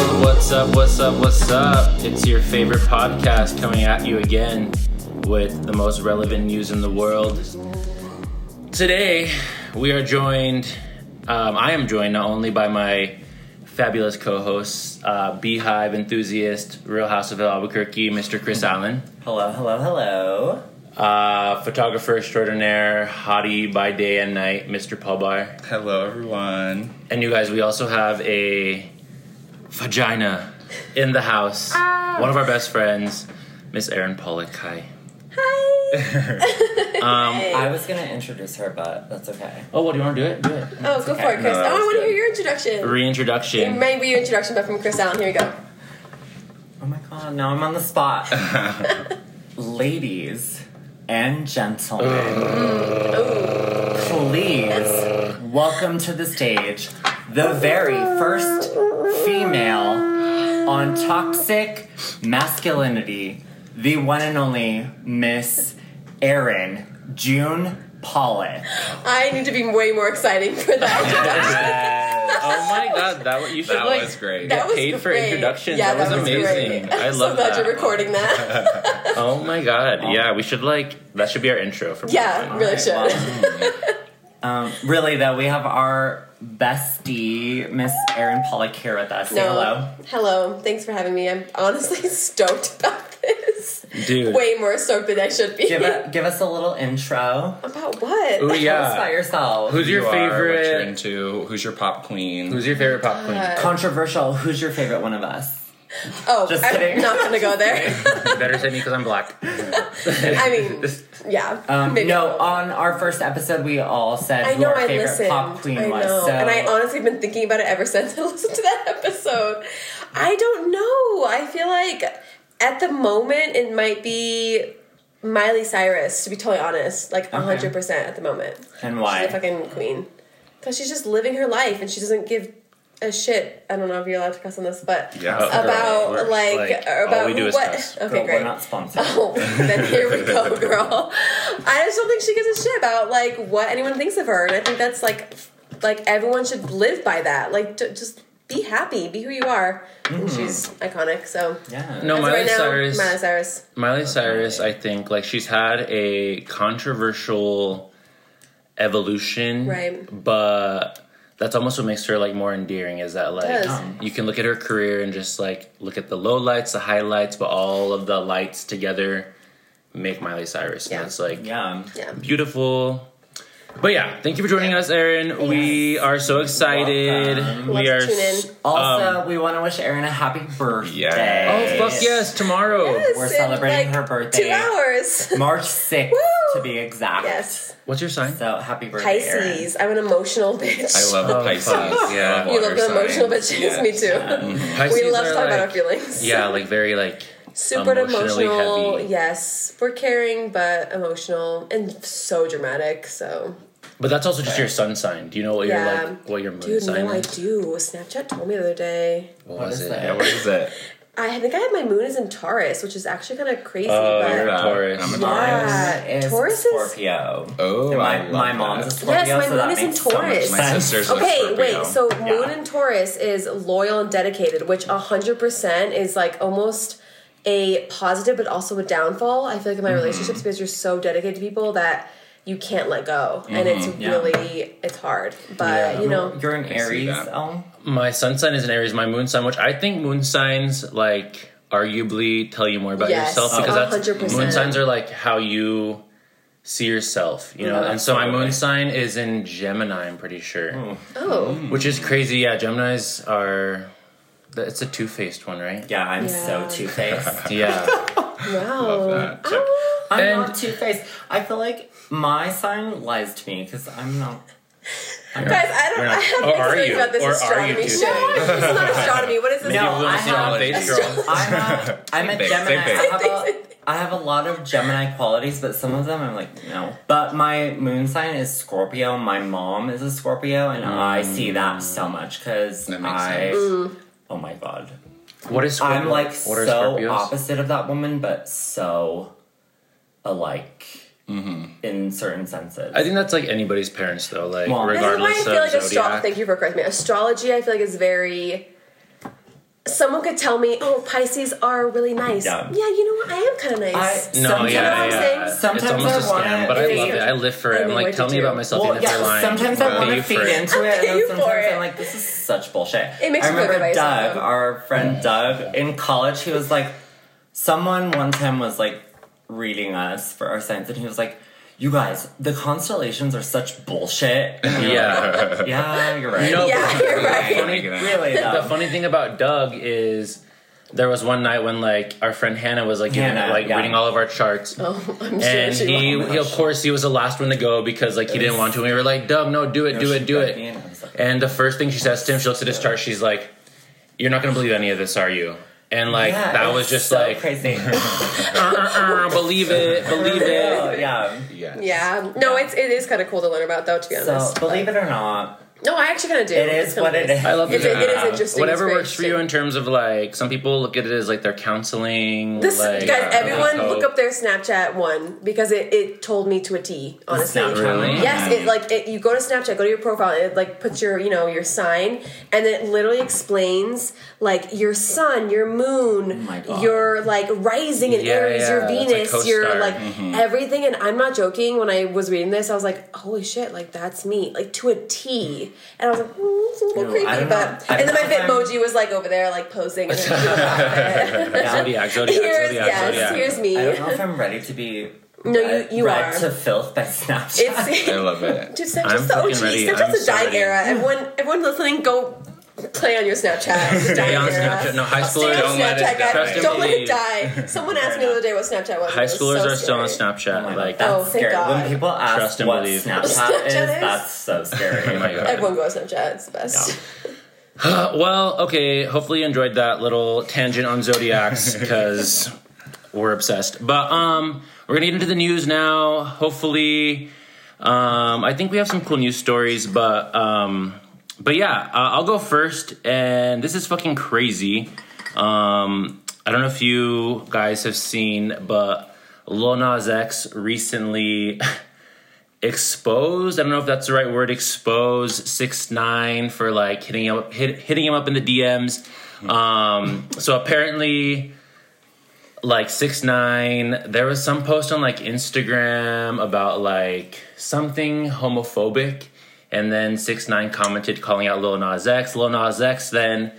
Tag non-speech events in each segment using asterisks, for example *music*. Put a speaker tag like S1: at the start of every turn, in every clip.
S1: up? What's up? What's up? It's your favorite podcast coming at you again with the most relevant news in the world. Today, we are joined, um, I am joined not only by my fabulous co hosts, uh, Beehive enthusiast, Real House of Albuquerque, Mr. Chris Allen,
S2: Hello, hello, hello.
S1: uh, photographer extraordinaire, hottie by day and night, Mr. Paul Bar.
S3: Hello, everyone.
S1: And you guys, we also have a vagina in the house.
S4: Ah.
S1: One of our best friends, Miss Erin Pollock. Hi.
S4: Hi.
S1: Um,
S2: I was gonna introduce her, but that's okay.
S1: oh, what do you want to do it? Do
S4: *laughs*
S1: it.
S4: oh, go for it, Chris.
S3: No, that
S4: oh, I
S3: was
S4: want to hear
S3: good.
S4: your introduction.
S1: Reintroduction.
S4: Maybe your introduction, but from Chris Allen. Here we go.
S2: Oh my god, now I'm on the
S3: *laughs*
S2: spot. Ladies and gentlemen,
S4: Ooh.
S2: please welcome to the stage the very first female on toxic masculinity, the one and only Miss Erin June Pollock.
S4: I need to be way more exciting for that.
S1: oh my god, *laughs* that was, you should
S4: *laughs*
S3: That
S1: like,
S3: was great.
S1: get
S4: That was
S1: paid for
S4: great.
S1: introductions.
S4: Yeah,
S1: that,
S4: that
S1: was
S4: was
S1: amazing.
S4: great.
S1: I
S4: I'm
S1: love
S4: so glad
S1: that.
S4: you're recording that.
S1: *laughs* Oh my god, yeah, we should like that should be our intro for
S4: yeah, really should. *laughs*
S2: Um, really though, we have our bestie, Miss Erin Pollock here with us. Say hello.
S4: No. Hello. Thanks for having me. I'm honestly *laughs* stoked about this.
S1: dude.
S4: Way more stoked than I should be.
S2: Give, a, give us a little intro.
S4: *laughs* about what?
S1: Ooh,
S2: Tell us about
S1: yeah.
S2: yourself.
S1: Uh, Who's your
S3: You are, what you're
S1: favorite?
S3: into? Who's your pop queen?
S1: Who's your favorite pop queen?
S4: Uh,
S2: Controversial. Who's your favorite one of us?
S4: oh,
S2: Just
S4: I'm
S2: kidding.
S4: not gonna go there.
S1: You better say me because I'm black.
S4: *laughs* I mean, *laughs* yeah.
S2: Um,
S4: maybe.
S2: no, on our first episode, we all said
S4: I
S2: who
S4: know
S2: our
S4: I
S2: favorite
S4: listened.
S2: pop queen
S4: I know.
S2: was. So
S4: And I honestly have been thinking about it ever *laughs* since I listened to that episode. I don't know. I feel like at the moment it might be Miley Cyrus, to be totally honest. Like a hundred percent at the moment.
S2: and why?
S4: She's a fucking queen. Because she's just living her life and she doesn't give a shit. I don't know if you're allowed to cuss on this, but
S3: Yeah.
S1: Uh,
S4: about
S1: Girl,
S4: like,
S1: like, all
S4: about
S1: we do is
S4: what
S1: cuss.
S4: okay
S2: Girl,
S4: great
S2: We're not sponsored.
S4: *laughs* Oh, then here we go, girl. I just don't think she gives a shit about like what anyone thinks of her, and I think that's like, like everyone should live by that. Like, j- just be happy, be who you are. And she's iconic. So,
S2: Yeah.
S1: *laughs* No,
S4: As of
S1: Miley
S4: right now,
S1: Cyrus.
S4: Miley Cyrus.
S1: Miley Cyrus, I think, like she's had a controversial evolution,
S4: Right.
S1: But that's almost what makes her like more endearing. Is that like um,
S4: does.
S1: you can look at her career and just like look at the low lights, the highlights, but all of the lights together make Miley Cyrus.
S4: Yeah.
S1: And it's like
S2: Yeah.
S4: Yeah.
S1: beautiful. But yeah, thank you for joining us, Erin. We are so excited.
S2: Welcome.
S1: We are.
S4: Let's tune
S1: s- Um,
S4: in.
S2: Also, we want to wish Erin a happy birthday.
S1: Oh
S3: Yes.
S1: fuck yes! Tomorrow.
S4: Yes,
S2: We're
S4: in,
S2: celebrating
S4: like,
S2: her birthday.
S4: Two hours. *laughs*
S2: March 6th,
S4: Woo!
S2: to be exact.
S4: yes,
S1: What's your sign?
S2: So happy birthday, Erin.
S4: Pisces. I'm an emotional bitch.
S3: I love the
S1: Oh,
S3: Pisces.
S1: fuck.
S3: Yeah,
S1: You
S4: you.
S3: water
S4: Love the emotional
S3: signs.
S4: bitches. *laughs*
S3: Yes.
S4: Me too.
S1: Pisces
S4: We love
S1: are,
S4: talking about our
S1: like-
S4: feelings.
S1: Yeah, like very like
S4: super
S1: emotionally
S4: emotional.
S1: heavy.
S4: Yes, we're caring but emotional and so dramatic. So,
S1: But that's also just your sun sign. Do you know what
S4: Yeah.
S1: your like what your moon
S4: dude,
S1: sign
S4: no, I
S1: is?
S4: do. Snapchat told me the other day.
S1: What,
S2: What
S1: was
S2: is
S1: it?
S2: that?
S1: Yeah,
S3: What
S1: what-
S3: is it?
S4: I think I had my moon is in Taurus, which is actually kind of crazy.
S1: Oh,
S4: but
S1: you're a
S3: Yeah.
S1: Taurus.
S3: I'm a
S4: Yeah.
S2: Mine is
S4: Taurus is-
S2: Scorpio.
S3: Oh,
S2: And
S3: I
S2: my,
S3: love
S2: my
S3: that.
S2: mom's a Scorpio.
S4: Yes, my
S2: so that
S4: moon is in
S2: makes so much
S4: Taurus.
S3: My
S2: sense.
S3: sister's a
S4: Okay,
S3: Scorpio.
S4: wait. So Moon
S2: Yeah.
S4: in Taurus is loyal and dedicated, which hundred percent is like almost a positive, but also a downfall. I feel like in my
S1: Mm-hmm.
S4: relationships because you're so dedicated to people that you can't let go, and it's
S1: Mm-hmm,
S2: yeah.
S4: really it's hard. But you know,
S2: You're an
S3: I see
S2: Aries.
S3: that.
S2: Oh,
S1: my sun sign is in Aries, my moon sign, which I think moon signs like arguably tell you more about
S4: Yes,
S1: yourself because that's
S4: 100%.
S1: moon signs are like how you see yourself, you know.
S2: Yeah,
S1: and so my moon
S2: absolutely. Hmm.
S1: sign is in Gemini, I'm pretty sure, Mm-hmm.
S4: oh,
S1: which is crazy. Yeah, Gemini's are it's a two faced one, right?
S2: yeah, I'm so
S4: Yeah.
S2: two faced.
S1: Yeah.
S4: *laughs* wow,
S3: that.
S4: Oh,
S2: *laughs* I'm
S1: And-
S2: not two faced. I feel like my sign lies to me because I'm not.
S4: guys, I don't.
S1: You're not-
S4: I have
S1: or Oh, are
S4: mixed feelings
S1: you?
S4: about this
S1: Or are
S4: astronomy
S1: you two
S4: shit. This is not astronomy. What is this?
S2: No,
S1: *laughs* Maybe we'll
S2: I
S1: see on
S2: have-
S1: face, girl.
S2: I'm a,
S3: *laughs*
S2: I'm a
S3: thing, same
S2: Gemini.
S3: thing.
S2: I have a, I have a lot of Gemini qualities, but some of them I'm like, no. But my moon sign is Scorpio. My mom is a Scorpio, and I see that so much because
S3: That makes
S2: I.
S3: sense.
S4: Mm.
S2: Oh my god.
S1: What is Scorpio?
S2: I'm like
S1: what are
S2: so
S1: Scorpios?
S2: opposite of that woman, but so alike in certain senses.
S1: Mm-hmm. I think that's like anybody's parents though, like
S2: Well,
S4: This is why I
S1: regardless
S4: feel like
S1: of
S4: astrology.
S1: zodiac.
S4: Thank you for correcting me. Astrology, I feel like is very someone could tell me, "Oh, Pisces are really nice."
S2: Yeah.
S4: you know what? I am kind of
S2: I,
S4: nice.
S1: No,
S2: sometimes-
S1: yeah,
S4: I'm
S1: yeah.
S4: saying-
S1: It's
S2: Sometimes
S1: almost a
S2: I wanna-
S1: scam, but I
S4: Yeah.
S1: love it. I live for
S4: I
S1: it. I'm
S4: know
S1: like,
S4: what
S1: tell
S4: to
S1: me
S4: do.
S1: about myself.
S2: Well,
S1: even if
S2: yeah,
S1: they're lying.
S2: sometimes
S1: I'll
S2: *laughs* I want
S1: pay
S2: to
S1: you for
S2: feed
S1: it.
S2: into
S4: I'll
S2: it,
S4: pay
S2: and
S4: you
S2: then
S4: for
S2: sometimes
S4: it.
S2: I'm like, this is such bullshit.
S4: It makes
S2: I
S4: you feel
S2: remember
S4: good about
S2: Doug,
S4: yourself.
S2: our
S1: Mm.
S2: friend Doug, in college, he was like, someone one time was like reading us for our science, and he was like, you guys, the constellations are such
S1: *laughs*
S2: bullshit. And we were *laughs*
S1: Yeah.
S2: like, yeah, you're right.
S1: No,
S4: Yeah,
S1: *laughs*
S4: you're right.
S2: Really,
S1: the
S2: though.
S1: funny thing about Doug is there was one night when like our friend Hannah was like giving,
S2: Hannah,
S1: like
S2: yeah.
S1: reading all of our charts.
S4: Oh, I'm sure
S1: And
S4: she
S1: he,
S4: will.
S1: he, of course, he was the last one to go because like he didn't want to. And we were like, "Doug, no, do it,
S2: No,
S1: do
S2: she
S1: it, do
S2: dug
S1: it."
S2: me in. I was like,
S1: And the first thing she says to him, she looks at his chart. She's like, "You're not gonna believe any of this, are you?" And like
S2: yeah,
S1: that
S2: it's
S1: was just
S2: so
S1: like,
S2: crazy.
S1: *laughs* uh, uh, believe it, believe it.
S2: Oh, yeah.
S3: Yeah.
S4: Yeah, no, it's it is kind of cool to learn about though. To be
S2: So
S4: honest,
S2: believe it or not,
S4: no, I actually kind of do.
S2: it is
S4: It's kinda
S2: what it
S4: nice.
S2: is.
S1: I love
S4: It's-
S1: that.
S4: it is interesting.
S1: Whatever
S4: It's very
S1: works for you
S4: interesting.
S1: in terms of like some people look at it as like their counseling.
S4: This
S1: like,
S4: guys,
S1: uh,
S4: everyone
S1: hope.
S4: look up their Snapchat one because it, it told me to a T. Honestly,
S2: Snapchat
S1: Really? one?
S4: Yes, it like it, you go to Snapchat, go to your profile, and it like puts your you know your sign, and then it literally explains like your sun, your moon,
S2: Oh my God.
S4: your like rising in
S1: Yeah,
S4: Aries,
S1: yeah,
S4: your
S1: that's a
S4: Venus, your
S1: co-star.
S4: like
S2: Mm-hmm.
S4: everything. And I'm not joking. When I was reading this, I was like, holy shit, like that's me, like to a T. And I was like, mm, it's a little
S2: No, I
S4: creepy,
S2: don't know.
S4: but
S2: I
S4: and then my
S2: don't know if
S4: Bitmoji was like over there like
S2: *laughs*
S4: posing. *laughs* And then
S1: Zodiac, Zodiac,
S4: Here's
S1: Zodiac,
S4: yes,
S1: Zodiac.
S4: here's me.
S2: I don't know if I'm ready to be
S4: No, you-
S2: read,
S4: you
S2: read
S4: are.
S2: to filth by
S1: *laughs*
S2: Snapchat.
S4: It's
S3: I love it.
S4: dude,
S1: I'm
S4: Snapchat's the OG.
S1: fucking ready. I'm
S4: Snapchat's the
S1: so
S4: dying
S1: ready.
S4: era.
S1: *sighs*
S4: Everyone, everyone listening, go play on your Snapchat. It's the
S1: Stay
S4: dying
S1: on
S4: era.
S1: Snapchat. No, high
S4: Stay
S1: schooler,
S4: on
S1: don't let
S4: Snapchat,
S1: it
S4: guys.
S1: die.
S4: Don't let it die. Someone asked me the other day what Snapchat was. and
S1: High
S4: it was
S1: schoolers
S4: so
S1: are still on
S4: scary.
S1: Snapchat.
S2: Oh my
S1: like,
S2: God,
S4: *laughs* Oh,
S2: that's
S4: thank
S2: scary.
S4: God.
S2: When people ask
S1: Trust and
S2: what
S1: believe.
S2: Snapchat,
S4: Snapchat
S2: is,
S4: is-
S2: that's so scary.
S3: Oh
S4: *laughs*
S3: my god.
S4: Everyone go on Snapchat. It's the best.
S1: *gasps* well, okay. Hopefully, you enjoyed that little tangent on zodiacs because we're obsessed. But um, we're gonna get into the news now. Hopefully, um, I think we have some cool news stories. But um, but yeah, uh, I'll go first. And this is fucking crazy. Um, I don't know if you guys have seen, but Lil Nas X recently *laughs* exposed. I don't know if that's the right word. Exposed six nine for like hitting him up, hit, hitting him up in the DMs. Um, so apparently, like six nine, there was some post on like Instagram about like something homophobic, and then six nine commented calling out Lil Nas X. Lil Nas X then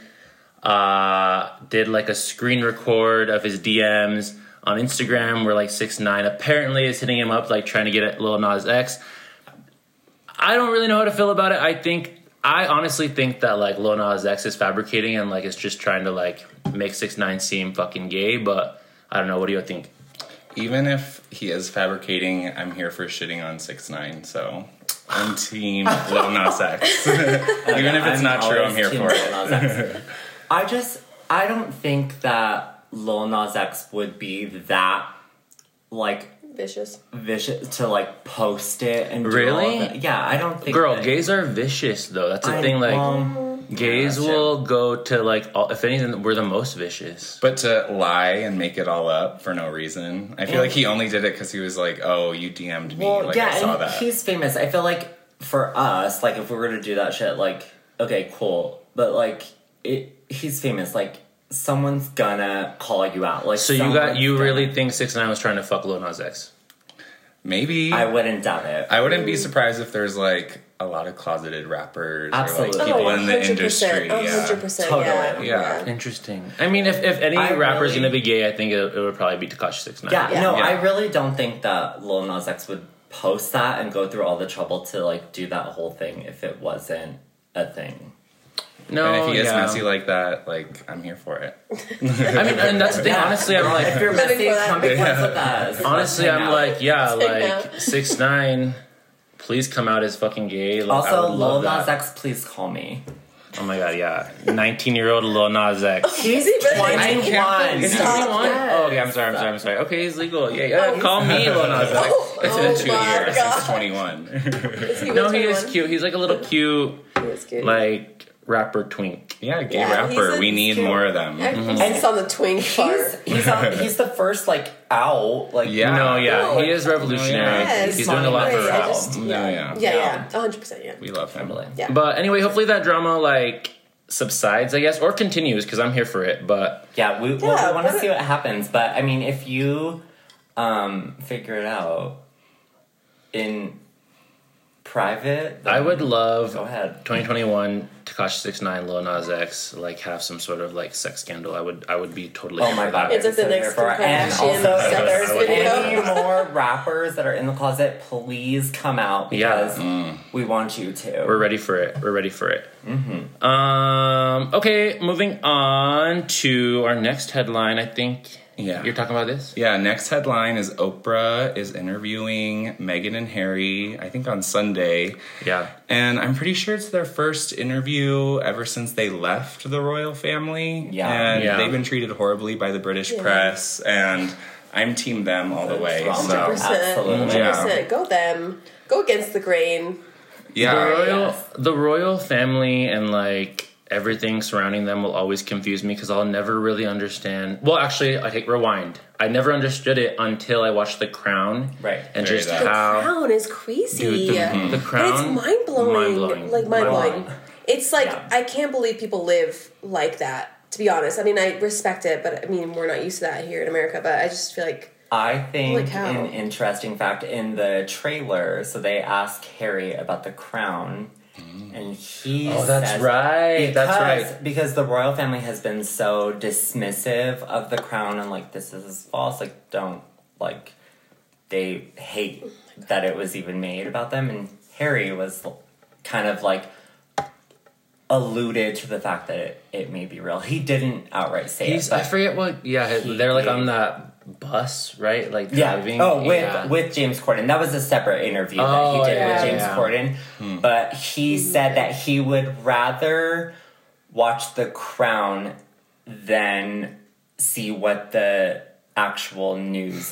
S1: uh, did like a screen record of his DMs on Instagram where like six nine apparently is hitting him up like trying to get at Lil Nas X. I don't really know how to feel about it. I think I honestly think that like Lil Nas X is fabricating and like it's just trying to like make six nine seem fucking gay. But I don't know. What do you think?
S3: Even if he is fabricating, I'm here for shitting on six nine. So I'm team
S4: *laughs*
S3: Lil Nas X. Even if it's not true, I'm here for it. *laughs*
S2: it. I just, I don't think that Lil Nas X would be that like
S4: *laughs* Vicious.
S2: vicious to like post it and do all
S1: Really?
S2: that. Yeah, I don't think
S1: Girl,
S2: that-
S1: gays are vicious though. That's the
S2: I-
S1: thing. Like
S2: well,
S1: gays
S2: yeah, that's
S1: will go to like all, if anything, we're the most vicious.
S3: But to lie and make it all up for no reason, I feel like he only did it because he was like, "Oh, you DM'd me.
S2: Well,
S3: like
S2: yeah,
S3: I saw
S2: and
S3: that."
S2: he's famous. I feel like for us, like if we were to do that shit, like okay, cool, but like it, he's famous. Like someone's gonna call you out. Like
S1: So you got
S2: someone's
S1: you
S2: gonna-
S1: really think six nine was trying to fuck Lil Nas X?
S3: Maybe
S2: I wouldn't doubt it.
S3: I wouldn't be surprised if there's like a lot of closeted rappers
S2: Absolutely.
S3: or
S2: Oh,
S3: like people
S4: oh,
S3: in the
S4: 100%,
S3: industry.
S4: Oh,
S3: Yeah.
S4: 100%.
S2: Totally.
S4: Yeah.
S3: Yeah.
S1: Interesting. I mean, if, if any
S2: I
S1: rapper's
S2: really-
S1: gonna be gay, I think it, it would probably be Takashi Six Nine.
S2: yeah,
S4: Yeah.
S2: no,
S3: Yeah.
S2: I really don't think that Lil Nas X would post that and go through all the trouble to like do that whole thing if it wasn't a thing.
S1: No,
S3: And if he gets
S1: Oh, yeah.
S3: messy like that, like I'm here for it.
S4: Oh
S1: I mean, and that's the thing. Honestly, I'm
S2: if
S1: like,
S2: you're
S4: Living
S2: messy,
S4: for that.
S2: come be friends with us.
S1: honestly,
S2: Let's hang
S1: I'm
S2: out.
S1: like, yeah,
S4: hang
S1: like
S4: out.
S1: Six Nine. Please come out as fucking gay. Like, I
S2: Also,
S1: would love
S2: Lil Nas
S1: that.
S2: X, please call me.
S1: Oh my god, yeah. Nineteen-year-old Lil Nas X.
S4: Is he
S2: I
S4: really? like-
S2: can't
S1: Is he
S4: Stop.
S1: the one?
S4: Yes.
S1: Oh, okay. I'm sorry. I'm sorry. I'm sorry. Okay, he's legal. Yeah, yeah.
S2: Oh,
S1: Call me Lil Nas X.
S4: Oh,
S3: It's been
S4: oh
S3: two
S4: my
S3: years.
S4: God.
S3: He's 21.
S4: Is he
S1: No,
S4: with
S1: he is
S4: 21?
S1: cute. He's like a little cute,
S4: He is cute.
S1: like rapper twink.
S3: yeah, gay
S4: Yeah, he's
S3: rapper.
S4: a-
S3: We need
S4: he's
S3: more
S4: cute.
S3: of them.
S4: I
S1: mm-hmm.
S4: just saw the twink part.
S1: *laughs*
S2: He's he's, on, he's the first like out like
S3: Yeah.
S1: No, yeah,
S4: No.
S2: Oh,
S1: he is revolutionary.
S4: Yes.
S1: He's doing a lot for
S4: Right, I
S1: rap.
S4: just-
S3: No, yeah.
S4: Yeah, yeah, 100%. Yeah.
S3: We love him.
S2: Really.
S4: Yeah.
S1: But anyway, hopefully that drama like subsides, I guess, or continues because I'm here for it. But
S2: Yeah, we,
S4: Yeah,
S2: well, we want
S4: what-
S2: to see what happens, but I mean, if you um, figure it out in private, then
S1: I would love
S2: go ahead.
S1: 2021 Takashi 69 Lil Nas X like have some sort of like sex scandal. I would I would be totally.
S2: Oh
S1: here
S2: my
S1: for
S2: god,
S1: that.
S4: It's at the
S2: I'm so
S4: next
S2: here for it. And
S4: Kardashian
S2: also,
S4: Sellers
S2: if there's
S4: video.
S2: any more rappers that are in the closet, please come out
S1: Yeah.
S2: because we want you to.
S1: We're ready for it. We're ready for it.
S2: Mm-hmm.
S1: Um. Okay, moving on to our next headline. I think.
S3: Yeah.
S1: You're talking about this.
S3: Yeah, next headline is Oprah is interviewing Meghan and Harry, I think on Sunday.
S1: Yeah.
S3: And I'm pretty sure it's their first interview ever since they left the royal family.
S2: Yeah.
S3: And
S1: Yeah.
S3: they've been treated horribly by the British
S4: Yeah.
S3: press. And I'm team them all the way.
S2: Drama.
S3: So,
S4: 100%.
S2: Absolutely.
S3: Yeah.
S4: 100%. Go them. Go against the grain.
S3: yeah.
S1: The royal,
S2: Oh, yes.
S1: the royal family, and like everything surrounding them will always confuse me because I'll never really understand. Well, actually, I take rewind. I never understood it until I watched The Crown,
S2: Right.
S1: And
S3: Very
S1: just
S3: that.
S4: The
S1: how
S4: crown is crazy.
S1: Dude, the, the Crown,
S4: it's mind blowing.
S1: mind-blowing.
S4: Like mind blowing.
S2: Mind-blowing.
S4: It's like
S2: Yeah.
S4: I can't believe people live like that. To be honest, I mean I respect it, but I mean we're not used to that here in America. But I just feel like
S2: I
S4: Holy
S2: think
S4: cow.
S2: an interesting fact in the trailer, so they ask Harry about the crown, and he
S1: Mm. Oh, that's
S2: says-
S1: right. that's
S2: Because-
S1: right.
S2: Because the royal family has been so dismissive of the crown and like this is false, like don't like they hate that it was even made about them and Harry was l- kind of like alluded to the fact that it, it may be real. He didn't outright say
S1: He's,
S2: it.
S1: I
S2: but-
S1: forget what. Yeah,
S2: He-
S1: they're like on that bus, right? Like
S2: yeah.
S1: driving.
S2: Oh, with
S1: Yeah.
S2: with James Corden. That was a separate interview
S1: Oh,
S2: that he did
S1: yeah,
S2: with James
S1: yeah.
S2: Corden. But he said that he would rather watch The Crown than see what the actual news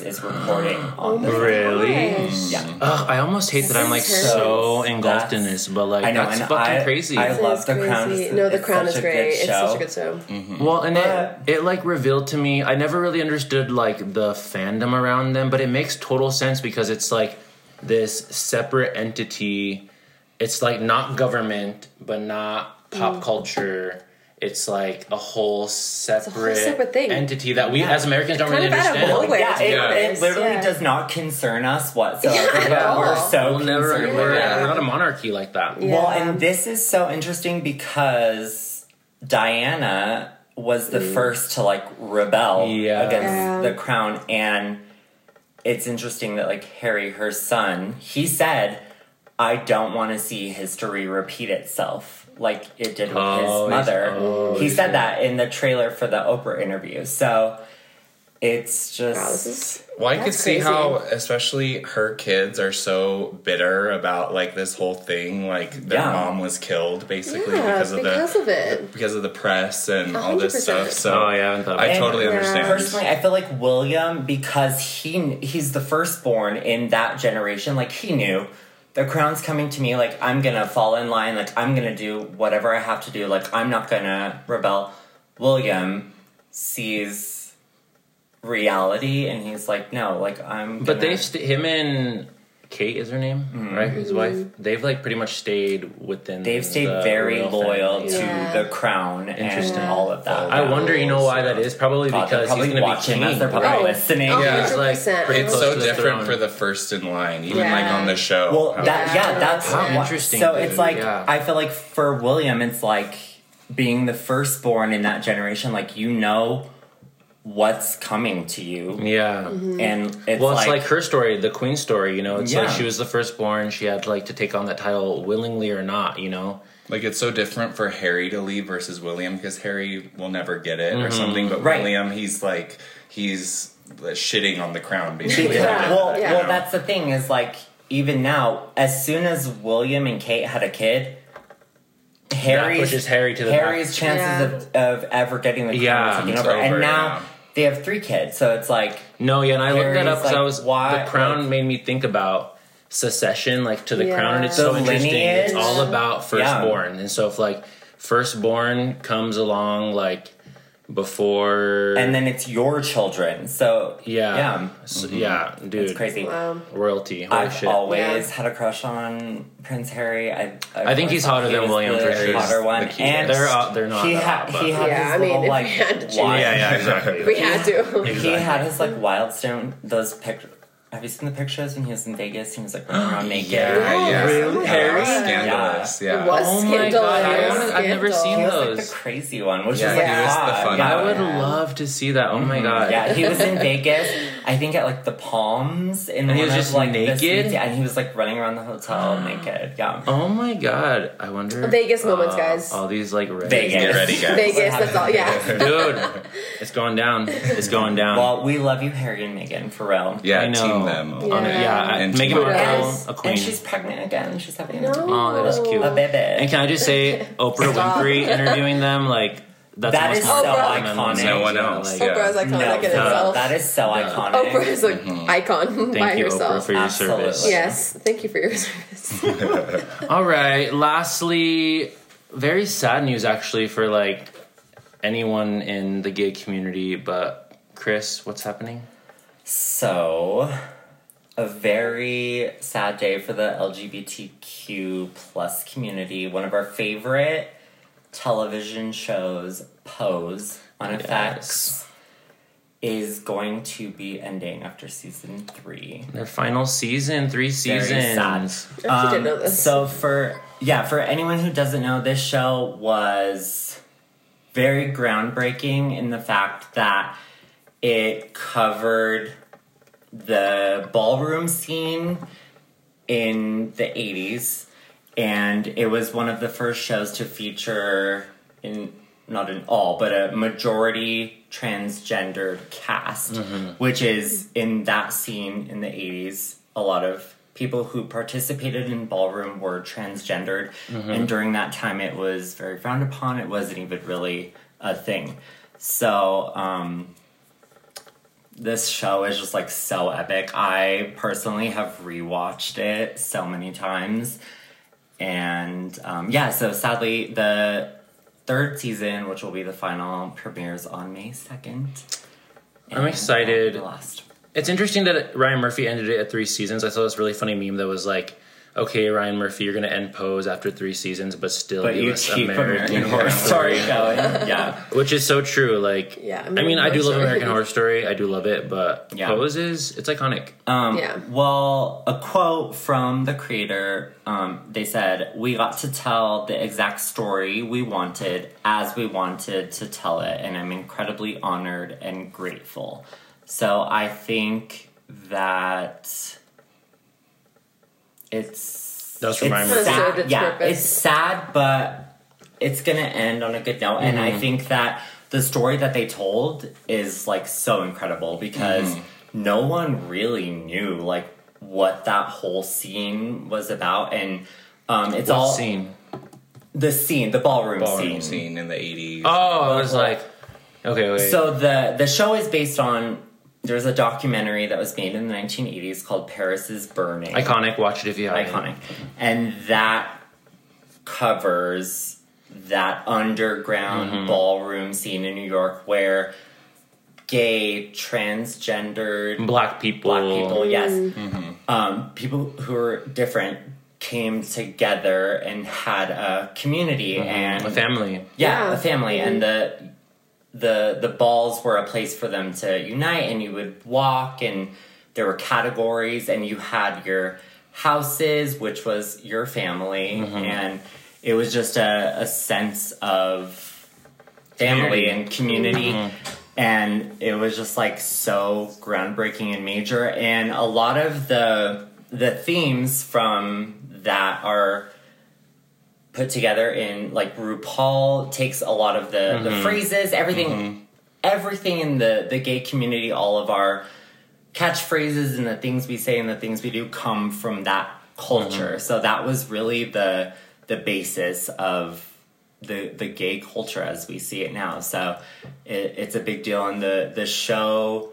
S1: *gasps*
S2: is reporting
S1: Oh
S2: on the
S1: Really?
S4: Gosh.
S2: yeah.
S1: Ugh, I almost hate that I'm like
S4: This is
S1: so
S4: terrible.
S1: engulfed in
S2: That's-
S1: this, but like
S2: I know,
S1: that's
S2: and
S1: fucking
S2: I-
S1: crazy.
S2: I
S4: This
S2: love
S4: is
S2: The Crown. It's-
S4: no, The
S2: it's
S4: Crown
S2: such
S4: is
S2: a
S4: great.
S2: good
S4: It's
S2: show.
S4: such a good show.
S1: Well, and
S2: But-
S1: it, it like revealed to me, I never really understood like the fandom around them, but it makes total sense because it's like this separate entity. It's like not government, but not
S4: Mm.
S1: pop culture. It's like a whole separate,
S4: separate thing.
S1: entity that we as Americans don't
S4: Kind
S1: really
S4: of out of
S1: understand.
S4: nowhere.
S2: Yeah, it,
S3: Yeah.
S2: it literally
S4: Yeah.
S2: does not concern us whatsoever.
S4: Yeah, at
S2: but we're
S4: all.
S2: so
S1: We'll never,
S2: concerned with
S1: we're,
S2: it.
S1: we're not a monarchy like that.
S4: Yeah.
S2: Well, and this is so interesting because Diana was the first to like rebel
S1: Mm. Yeah.
S2: against
S4: Yeah.
S2: the crown and it's interesting that like Harry her son, he said, "I don't want to see history repeat itself." Like it did with
S1: Oh,
S2: his
S1: he's-
S2: mother.
S1: oh,
S2: he
S1: he's-
S2: said that in the trailer for the Oprah interview. So it's just
S4: Wow, this is
S3: Well, I could
S4: That's
S3: see
S4: crazy.
S3: how, especially her kids, are so bitter about like this whole thing. Like their
S2: Yeah.
S3: mom was killed basically
S4: yeah,
S3: because of
S4: because
S3: the
S4: of it.
S3: because of the press and all this
S4: 100%.
S3: stuff. So
S1: Oh, yeah, I haven't thought
S3: I
S1: about
S3: totally
S4: that.
S3: understand.
S2: Personally, I feel like William because he he's the firstborn in that generation. Like he knew the crown's coming to me. Like I'm gonna fall in line. Like I'm gonna do whatever I have to do. Like I'm not gonna rebel. William sees reality and he's like, no, like I'm.
S1: But
S2: gonna-
S1: they've st- him and Kate is her name, right? His wife.
S3: Mm-hmm.
S1: They've like pretty much stayed within.
S2: Mm-hmm. They've stayed
S1: the
S2: very
S1: royal
S2: loyal
S1: family.
S2: to
S4: Yeah.
S2: the crown
S1: Interesting.
S2: and all of that.
S1: I wonder, you know, why that is? Probably
S2: God, they're
S1: because he's
S2: probably
S1: going to be
S2: watching
S1: king.
S2: us. They're probably
S4: right?
S2: listening.
S4: Oh,
S3: Yeah.
S1: He's, like,
S4: 100%.
S1: pretty
S3: It's
S1: close
S3: so
S1: to the
S3: different
S1: throne.
S3: for the first in line, even
S4: Yeah.
S3: like on the show.
S2: Well,
S3: how-
S2: that yeah, that's
S1: How
S2: wha-
S1: interesting,
S2: So
S1: dude.
S2: it's like
S1: Yeah.
S2: I feel like for William, it's like being the firstborn in that generation. Like you know what's coming to you,
S1: Yeah.
S2: and Mm-hmm. it's
S1: Well,
S2: like,
S1: it's like her story, the queen story. You know, it's like
S2: Yeah.
S1: she was the firstborn. She had like to take on that title willingly or not. You know.
S3: like it's so different for Harry to leave versus William because Harry will never get it
S1: Mm-hmm.
S3: or something. But
S2: Right.
S3: William, he's like he's uh, shitting on the crown
S2: Yeah.
S3: basically.
S2: Well,
S4: Yeah.
S2: well, that's the thing is like even now, as soon as William and Kate had a kid. Harry's,
S1: pushes Harry to the back.
S2: Harry's chances of, of ever getting the crown
S1: Yeah,
S2: is taken
S3: it's
S2: over, and
S3: over,
S2: now
S3: yeah.
S2: they have three kids, so it's like
S1: No, yeah, and I looked that
S2: Harry's
S1: up because I
S2: like,
S1: was the
S2: why-
S1: crown
S2: like-
S1: made me think about secession, like to the
S4: Yeah.
S1: crown, and it's
S4: The
S1: so interesting. It's
S2: lineage.
S1: all about firstborn, and so if like firstborn comes along, like before.
S2: and then it's your children. So
S1: yeah,
S2: yeah,
S1: So- yeah, dude,
S2: it's crazy.
S4: Wow.
S1: royalty. Holy
S2: I've
S1: shit.
S2: always
S4: Yeah.
S2: had a crush on Prince Harry. I,
S1: I think he's hotter than William for sure.
S2: Harry. Hotter one,
S3: The key
S2: and
S3: is-
S1: They're uh, they're not.
S2: he
S1: that
S2: had
S1: hot, but-
S2: he had
S4: Yeah,
S2: his
S4: I mean,
S2: little
S4: if
S2: like
S4: we had to choose.
S2: wine-
S1: yeah, yeah,
S4: We *laughs*
S1: exactly.
S4: had to.
S2: *laughs* He had his like wildstone. Those pictures. Have you seen the pictures when he was in Vegas? He was like
S1: *gasps*
S2: running around naked.
S3: Yeah, yeah.
S1: Really?
S3: Yeah,
S1: Harry?
S3: Scandalous, yeah.
S4: It was
S1: Oh my
S4: scandal.
S1: God, I
S4: It was
S1: wanna- I've never
S4: scandal.
S1: seen
S2: He was
S1: those.
S2: like the crazy one, which
S3: Yeah,
S2: is like
S4: he was
S3: the
S2: hot.
S3: fun
S2: yeah.
S1: I would
S2: yeah.
S1: love to see that. Oh my god.
S2: Mm-hmm. Yeah, he was
S1: *laughs*
S2: in Vegas. I think at like the Palms, in
S1: And he
S2: one
S1: was
S2: of,
S1: just
S2: like the
S1: naked?
S2: suites, yeah, and he was like running around the
S1: *gasps*
S2: hotel naked. Yeah,
S1: Oh my god. I wonder.
S4: Vegas
S1: uh,
S4: moments, guys.
S1: All these like red-
S2: Vegas.
S3: Get ready, guys.
S4: Vegas, that's
S1: *laughs*
S4: all. Yeah.
S1: Dude, it's going down. It's going down.
S2: Well, we love you, Harry and Megan, for real.
S3: Yeah,
S1: I know.
S3: team them.
S1: On it,
S4: Yeah.
S1: yeah, I-
S3: And
S1: make him a
S4: Yes.
S1: crown, a queen.
S2: And she's pregnant again. She's having
S4: No.
S2: a
S1: Oh, that is cute.
S2: baby.
S1: And can I just say, Oprah
S4: Stop.
S1: Winfrey interviewing them, like that's
S2: That
S1: the
S2: is
S1: most
S2: so
S1: memorable
S2: iconic.
S1: moment.
S3: No one else.
S1: Like,
S3: Yeah.
S4: Oprah's iconic
S2: no,
S4: in
S1: duh.
S4: itself.
S2: that is so iconic.
S4: *laughs* Oprah is an icon by
S1: Mm-hmm. Thank you,
S4: herself.
S1: Oprah, for your
S2: Absolutely.
S1: service.
S4: yes, thank you for your *laughs*
S1: *laughs*
S4: service.
S1: All right. Lastly, very sad news actually for like anyone in the gay community, but Chris, what's happening?
S2: So, a very sad day for the LGBTQ plus community. One of our favorite television shows, Pose on FX, is going to be ending after season three.
S1: Their final season, three seasons.
S2: Very sad.
S4: I actually didn't know this.
S2: Um, So for yeah, for anyone who doesn't know, this show was very groundbreaking in the fact that it covered the ballroom scene in the 80s and it was one of the first shows to feature in not in all but a majority transgendered cast which is in that scene in the 80s a lot of people who participated in ballroom were transgendered and during that time it was very frowned upon it wasn't even really a thing so um this show is just like so epic. I personally have rewatched it so many times. And um, yeah, so sadly, the third season, which will be the final, premieres on May 2nd.
S1: I'm excited.
S2: The last.
S1: It's interesting that Ryan Murphy ended it at three seasons. I saw this really funny meme that was like, "Okay, Ryan Murphy, you're gonna end Pose after three seasons, but still
S2: But
S1: give
S2: you
S1: us
S2: keep
S1: American, *laughs*
S2: American
S1: Horror
S2: Horror Story
S1: Story,"
S2: going. *laughs* Yeah.
S1: which is so true. Like,
S4: Yeah,
S1: I mean,
S4: American
S1: I do
S4: Horror
S1: love
S4: Story.
S1: American Horror Story. I do love it, but
S2: Yeah.
S1: Pose is it's iconic.
S2: Um,
S4: Yeah.
S2: Well, a quote from the creator um, they said, We got to tell the exact story we wanted as we wanted to tell it, and I'm incredibly honored and grateful. So I think that it's.
S1: That was from Ryan
S2: it's
S1: Murphy.
S2: sad.
S4: Served its
S2: yeah,
S4: purpose.
S2: it's sad, but it's gonna end on a good note. And I think that the story that they told is like so incredible because no one really knew like what that whole scene was about, and um, it's all
S1: scene.
S2: the scene, the ballroom, scene.
S3: Ballroom scene in the 80s.
S1: Oh, I was like, okay, wait.
S2: So the the show is based on. There's a documentary that was made in the 1980s called Paris is Burning.
S1: iconic. Watch it if you haven't.
S2: iconic. And that covers that underground ballroom scene in New York where gay, transgendered,
S1: Black people.
S2: black people, yes, um, people who are different came together and had a community and
S1: A family.
S2: yeah,
S4: Yeah.
S2: a family, and the the the balls were a place for them to unite, and you would walk, and there were categories, and you had your houses, which was your family, and it was just a, a sense of family
S1: Community.
S2: and community. And it was just like so groundbreaking and major. And a lot of the the themes from that are put together in like RuPaul takes a lot of the, the phrases, everything everything in the, the gay community, all of our catchphrases and the things we say and the things we do come from that culture. So that was really the the basis of the the gay culture as we see it now. So it, it's a big deal, and the the show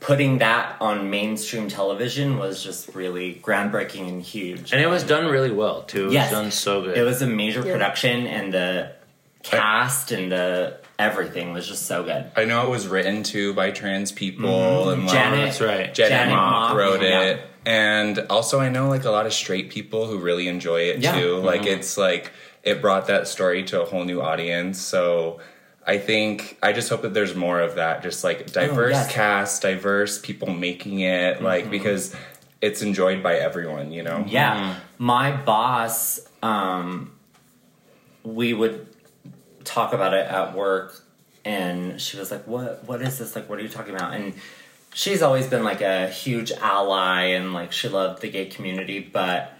S2: putting that on mainstream television was just really groundbreaking and huge.
S1: And it was done really well too. It
S2: Yes.
S1: was done so good.
S2: It was a major production, and the cast and the everything was just so good.
S3: I know it was written to by trans people
S1: Mm-hmm.
S3: and like,
S2: Janet,
S1: that's right.
S3: Janet,
S2: Janet
S3: Mock,
S2: Mock,
S3: wrote
S2: yeah.
S3: it. And also I know like a lot of straight people who really enjoy it
S2: Yeah.
S3: too. Like it's like it brought that story to a whole new audience. So I think I just hope that there's more of that. Just like diverse
S2: Oh, yes. Mm-hmm.
S3: cast, diverse people making it, like because it's enjoyed by everyone, you know?
S1: Mm-hmm.
S2: Yeah. My boss, um, we would talk about it at work and she was like, What what is this? Like, what are you talking about? And she's always been like a huge ally and like she loved the gay community, but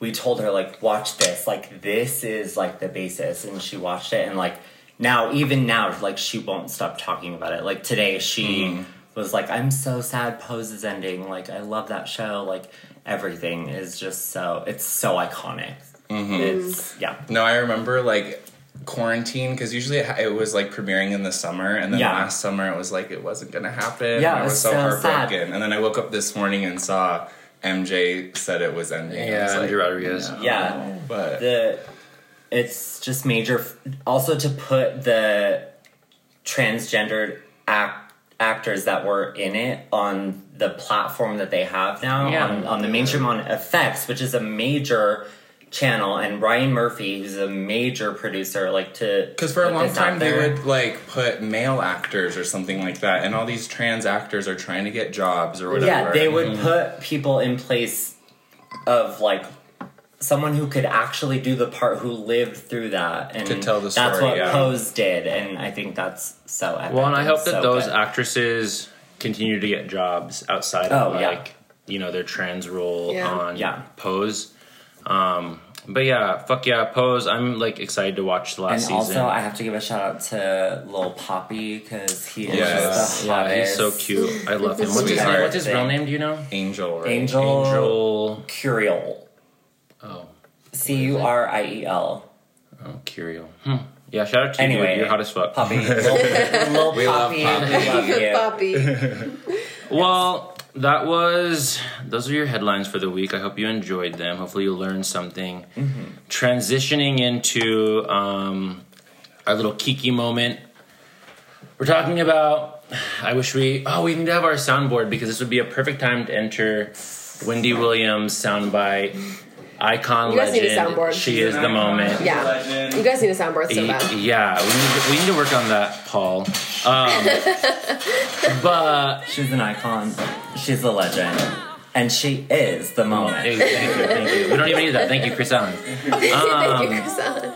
S2: we told her like watch this like this is like the basis and she watched it and like now even now like she won't stop talking about it like today she was like i'm so sad pose is ending like i love that show like everything is just so it's so iconic it's yeah
S3: No, I remember like quarantine because usually it, it was like premiering in the summer, and then
S2: Yeah.
S3: last summer it was like it wasn't gonna happen.
S2: Yeah,
S3: and
S2: it
S3: I
S2: was
S3: was so,
S2: so sad.
S3: heartbroken. And then I woke up this morning and saw MJ said it was ending. I
S1: Yeah,
S3: was like,
S1: Andrew Rodriguez.
S3: no.
S2: Yeah.
S3: but
S2: the it's just major f- also to put the transgendered act, actors that were in it on the platform that they have now
S1: Yeah.
S2: on, on the mainstream on effects which is a major channel and ryan murphy who's a major producer like to
S3: Because for a
S2: put
S3: long
S2: this out
S3: time they
S2: there.
S3: would like put male actors or something like that, and all these trans actors are trying to get jobs or whatever.
S2: yeah they would
S3: Mm-hmm.
S2: put people in place of like someone who could actually do the part who lived through that and
S3: Could tell the
S2: that's
S3: story,
S2: what
S3: yeah.
S2: pose did and i think that's so epic
S1: Well, and I hope that
S2: so
S1: those
S2: good.
S1: actresses continue to get jobs outside of
S2: Oh, yeah.
S1: like you know their trans role
S4: Yeah.
S1: on
S2: Yeah.
S1: Pose. Um, but yeah, fuck yeah, Pose. I'm like excited to watch the
S2: and
S1: last season.
S2: also i have to give a shout out to lil poppy because he is
S3: Yes.
S2: just the
S1: yeah, he's
S2: hottest
S1: so cute. I love him. What's his,
S3: Sweetheart.
S1: what's his real name? Do you know?
S3: Angel, right?
S2: angel,
S1: Angel.
S2: curiel
S1: Oh,
S2: c-u-r-i-e-l
S1: oh, Curiel. Hmm. Yeah, shout out to you.
S2: Anyway,
S1: dude. You're hot as fuck.
S3: *laughs*
S2: poppy lil,
S3: We
S2: lil
S3: love
S2: poppy,
S3: Poppy.
S2: we love you
S4: *laughs* Poppy.
S1: Well, that was those are your headlines for the week. I hope you enjoyed them. Hopefully, you learned something.
S4: Mm-hmm.
S1: Transitioning into um, our little Kiki moment, we're talking about. I wish we oh we need to have our soundboard because this would be a perfect time to enter Wendy Williams soundbite icon
S4: You guys need a
S1: legend.
S4: soundboard.
S1: She is the moment.
S4: Yeah. You guys need a soundboard so bad. *laughs*
S1: Yeah, we need, to, we need to work on that, Paul.
S4: *laughs*
S1: Um, but
S2: She's an icon. She's a legend. And she is the
S1: Hey,
S2: moment.
S1: thank you, thank you. We don't even need that. Thank you, Chris Allen.
S4: Thank you, Chris Allen.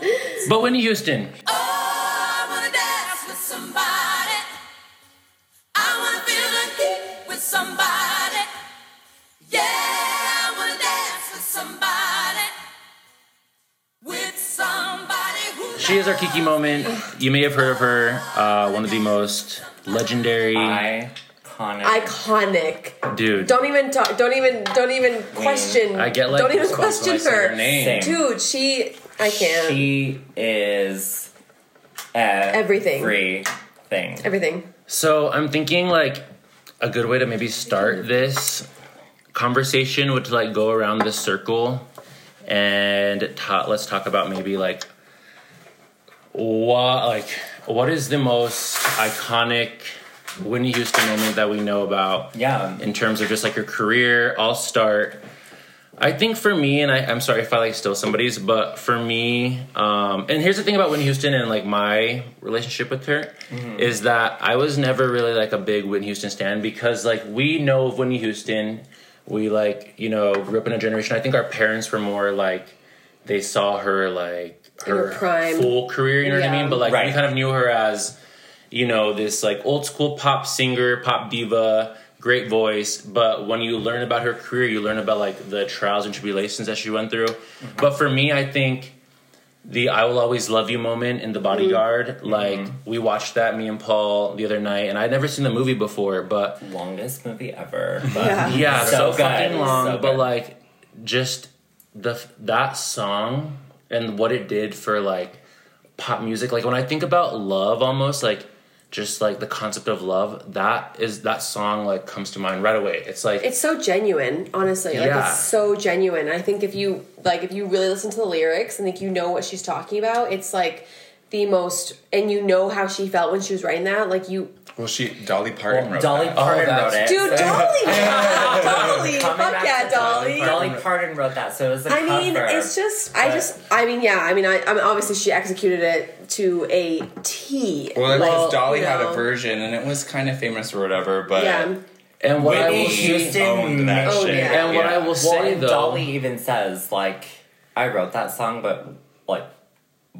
S1: But Whitney Houston,
S5: Oh, I wanna dance with somebody. I wanna feel the heat with somebody. Yeah, I wanna dance with somebody. With somebody who
S1: she is our Kiki moment. You may have heard of her, uh, one of the most legendary
S2: Iconic.
S4: Iconic.
S1: dude.
S4: Don't even talk. Don't even. Don't even question.
S1: I get like
S4: Don't even
S1: goosebumps when I
S4: question
S1: say
S4: her.
S1: name.
S2: Same.
S4: Dude, she. I can't.
S2: She is everything.
S4: Everything.
S2: Everything.
S4: Everything.
S1: So I'm thinking like a good way to maybe start this conversation would to like go around the circle and ta- let's talk about maybe like what like what is the most iconic Whitney Houston moment that we know about?
S2: Yeah.
S1: um, in terms of just like your career. I'll start. I think for me, and I, I'm sorry if I like steal somebody's, but for me, um, and here's the thing about Whitney Houston and like my relationship with her
S4: Mm-hmm.
S1: is that I was never really like a big Whitney Houston stan because like we know of Whitney Houston, we like you know grew up in a generation. I think our parents were more like they saw her like
S4: In her
S1: her
S4: prime.
S1: full career, you know what I
S4: Yeah.
S1: mean? But like we
S2: Right.
S1: kind of knew her as you know, this like old school pop singer, pop diva, great voice. But when you learn about her career, you learn about like the trials and tribulations that she went through. But for me, I think the I Will Always Love You moment in The Bodyguard, like we watched that, me and Paul, the other night, and I'd never seen the movie before, but
S2: Longest movie ever. But
S4: Yeah.
S1: yeah, so,
S2: So good.
S1: fucking long,
S2: So
S1: but
S2: good.
S1: like just the that song and what it did for like pop music. Like when I think about love, almost like just like the concept of love, that is that song like comes to mind right away. It's like
S4: It's so genuine, honestly. Like
S1: Yeah.
S4: it's so genuine. I think if you like, if you really listen to the lyrics and think you know what she's talking about, it's like the most, and you know how she felt when she was writing that. Like you,
S3: Well, she Dolly Parton wrote Oh,
S2: Dolly
S3: that.
S2: Parton
S1: that's-
S2: wrote it.
S4: dude, Dolly, Dolly,
S2: Coming
S4: fuck
S2: back
S4: yeah,
S2: to Dolly.
S4: Dolly.
S2: Dolly Parton wrote that, so it was a
S4: I mean,
S2: cover.
S4: it's just, I
S2: but-
S4: just, I mean, yeah, I mean, I, I mean, obviously she executed it to a T.
S3: Well, that's
S4: like,
S3: because Dolly
S4: you
S3: had a
S4: know.
S3: version, and it was kind of famous or whatever. But
S4: Yeah.
S1: And what I will
S2: Whitney
S1: say,
S2: Houston
S3: owned that
S4: Oh,
S3: shit.
S4: yeah.
S1: and what I will
S2: Well,
S1: say
S2: and
S1: though,
S2: Dolly even says like, "I wrote that song, but like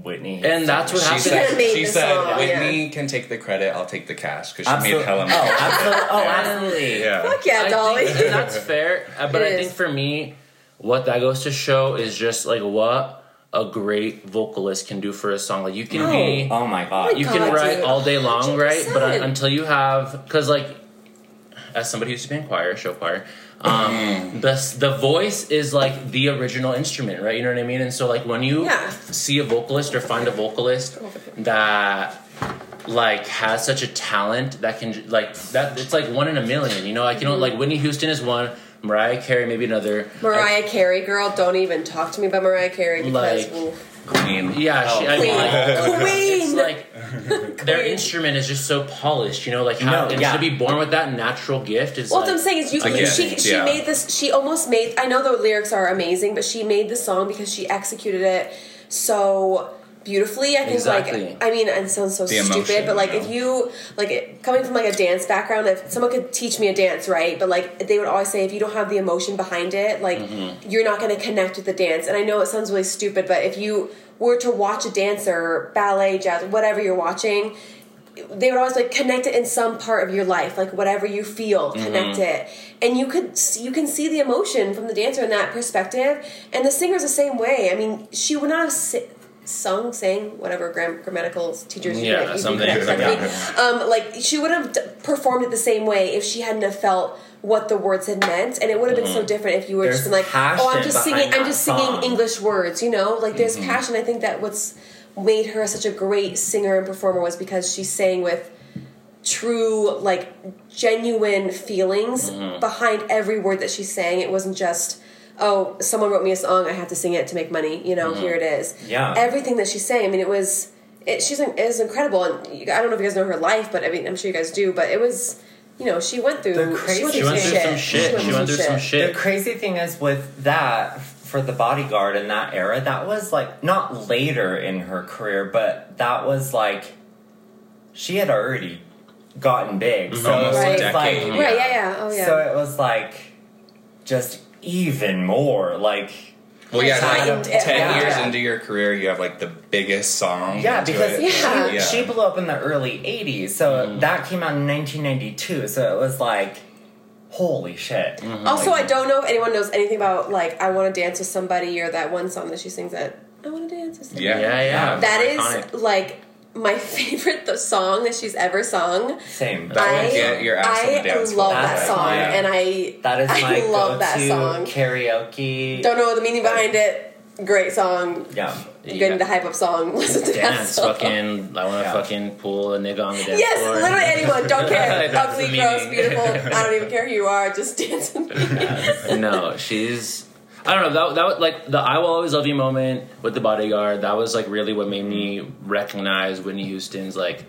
S2: Whitney."
S1: and that's what
S3: She
S1: happened. *laughs*
S4: could've
S3: said,
S4: made
S3: she
S4: the
S3: said
S4: song, yeah.
S3: Whitney can take the credit, I'll take the cash, because she
S2: Absol-
S3: made hella
S2: Oh,
S3: money.
S2: absolutely. Oh,
S3: Yeah.
S2: absolutely.
S3: Yeah.
S4: Fuck yeah,
S1: I
S4: Dolly.
S1: think that
S4: *laughs*
S1: that's fair, uh, but
S4: It
S1: I
S4: is.
S1: think for me, what that goes to show is just like what a great vocalist can do for a song. Like you can be,
S2: Oh my god.
S1: you
S4: God,
S1: can write
S4: dude.
S1: all day long, right? But un-
S4: 100%.
S1: until you have, because like, as somebody who used to be in choir, show choir,
S4: Mm-hmm.
S1: um, the s- the voice is like the original instrument, right? You know what I mean? And so like when you
S4: Yeah.
S1: see a vocalist or find a vocalist that like has such a talent that can like that it's like one in a million you know like you
S4: Mm-hmm.
S1: know like whitney houston is one mariah carey maybe another
S4: Mariah Carey, girl, don't even talk to me about Mariah Carey because
S1: Like,
S4: oof.
S3: Queen.
S1: yeah she, i mean like
S4: queen,
S1: it's
S4: queen.
S1: like their instrument is just so polished you know like how
S2: No,
S1: and
S2: yeah.
S1: to be born with that natural gift is
S4: Well,
S1: like,
S4: what I'm saying is, you,
S3: Again,
S4: she she
S3: yeah.
S4: made this. She almost made. I know the lyrics are amazing, but she made the song because she executed it so beautifully. I think,
S1: Exactly.
S4: like, I mean, and it sounds so
S3: The
S4: stupid,
S3: emotion,
S4: but like,
S3: you
S4: if
S3: know.
S4: you like it, coming from like a dance background, if someone could teach me a dance, right? But like, they would always say, if you don't have the emotion behind it, like,
S1: Mm-hmm.
S4: you're not going to connect with the dance. And I know it sounds really stupid, but if you were to watch a dancer, ballet, jazz, whatever you're watching, they would always like connect it in some part of your life like whatever you feel
S1: Mm-hmm.
S4: connect it and you could s- you can see the emotion from the dancer in that perspective and the singer's the same way i mean she would not have si- sung sang whatever gram- grammatical teachers
S1: Yeah,
S4: like,
S1: something
S4: correct
S1: like
S4: me. *laughs* um like she would have d- performed it the same way if she hadn't have felt what the words had meant and it would have been so
S1: Mm-hmm.
S4: different if you were just been
S2: There's
S4: like oh i'm
S2: passion
S4: just singing
S2: behind
S4: i'm
S2: that
S4: just singing
S2: song."
S4: english English words, you know? Like there's
S1: Mm-hmm.
S4: passion. I think that what's made her such a great singer and performer was because she sang with true, like genuine feelings
S1: Mm-hmm.
S4: behind every word that she sang. It wasn't just, oh, someone wrote me a song, I have to sing it to make money, you
S1: Mm-hmm.
S4: know, here it is.
S2: Yeah.
S4: Everything that she sang, I mean, it was. It, she's it was incredible, and you, I don't know if you guys know her life, but I mean, I'm sure you guys do. But it was, you know, she went through.
S2: The crazy-
S1: she went through some shit she went through some
S2: The
S1: shit
S2: crazy thing is with that for the bodyguard in that era, that was like not later in her career, but that was like she had already gotten big. So it
S3: Almost
S2: was
S4: a
S2: like
S3: decade.
S4: Right? Yeah, yeah. Oh, yeah.
S2: so it was like just even more like
S3: Well, yeah,
S4: Timed
S3: like,
S4: it,
S3: ten
S2: yeah.
S3: years into your career, you have like the biggest song.
S2: Yeah,
S3: into
S2: because
S3: it.
S4: Yeah.
S2: She,
S3: Yeah. Mm-hmm.
S2: she blew up in the early 80s, so that came out in 1992, so it was like, holy shit.
S3: Mm-hmm.
S4: Also, I don't know if anyone knows anything about like I want to dance with somebody or that one song that she sings that I want to dance with somebody.
S3: yeah,
S1: yeah yeah
S4: That is
S1: Iconic.
S4: like my *laughs* favorite the song that she's ever sung.
S2: Same.
S3: That
S4: I
S3: would get your ass on the
S4: I
S3: dance floor.
S4: love that
S2: That's
S4: song
S2: my-
S4: and I
S2: that is my
S4: *laughs* I love that
S2: go-to
S4: song.
S2: karaoke.
S4: Don't know the meaning behind it. Great song.
S2: yeah.
S4: Good in the hype up song. *laughs* Listen to that
S1: dance
S4: song.
S1: fucking I want to
S2: Yeah.
S1: fucking pull a nigga on the dance
S4: *laughs* Yes,
S1: floor.
S4: literally anyone. Don't care.
S1: That's
S4: Ugly,
S1: the
S4: gross,
S1: meaning.
S4: beautiful. I don't even care who you are. Just dance with
S1: *laughs* *laughs*
S4: me.
S1: no, she's. I don't know. That that was, like the "I will always love you" moment with the bodyguard. That was like really what made me recognize Whitney Houston's like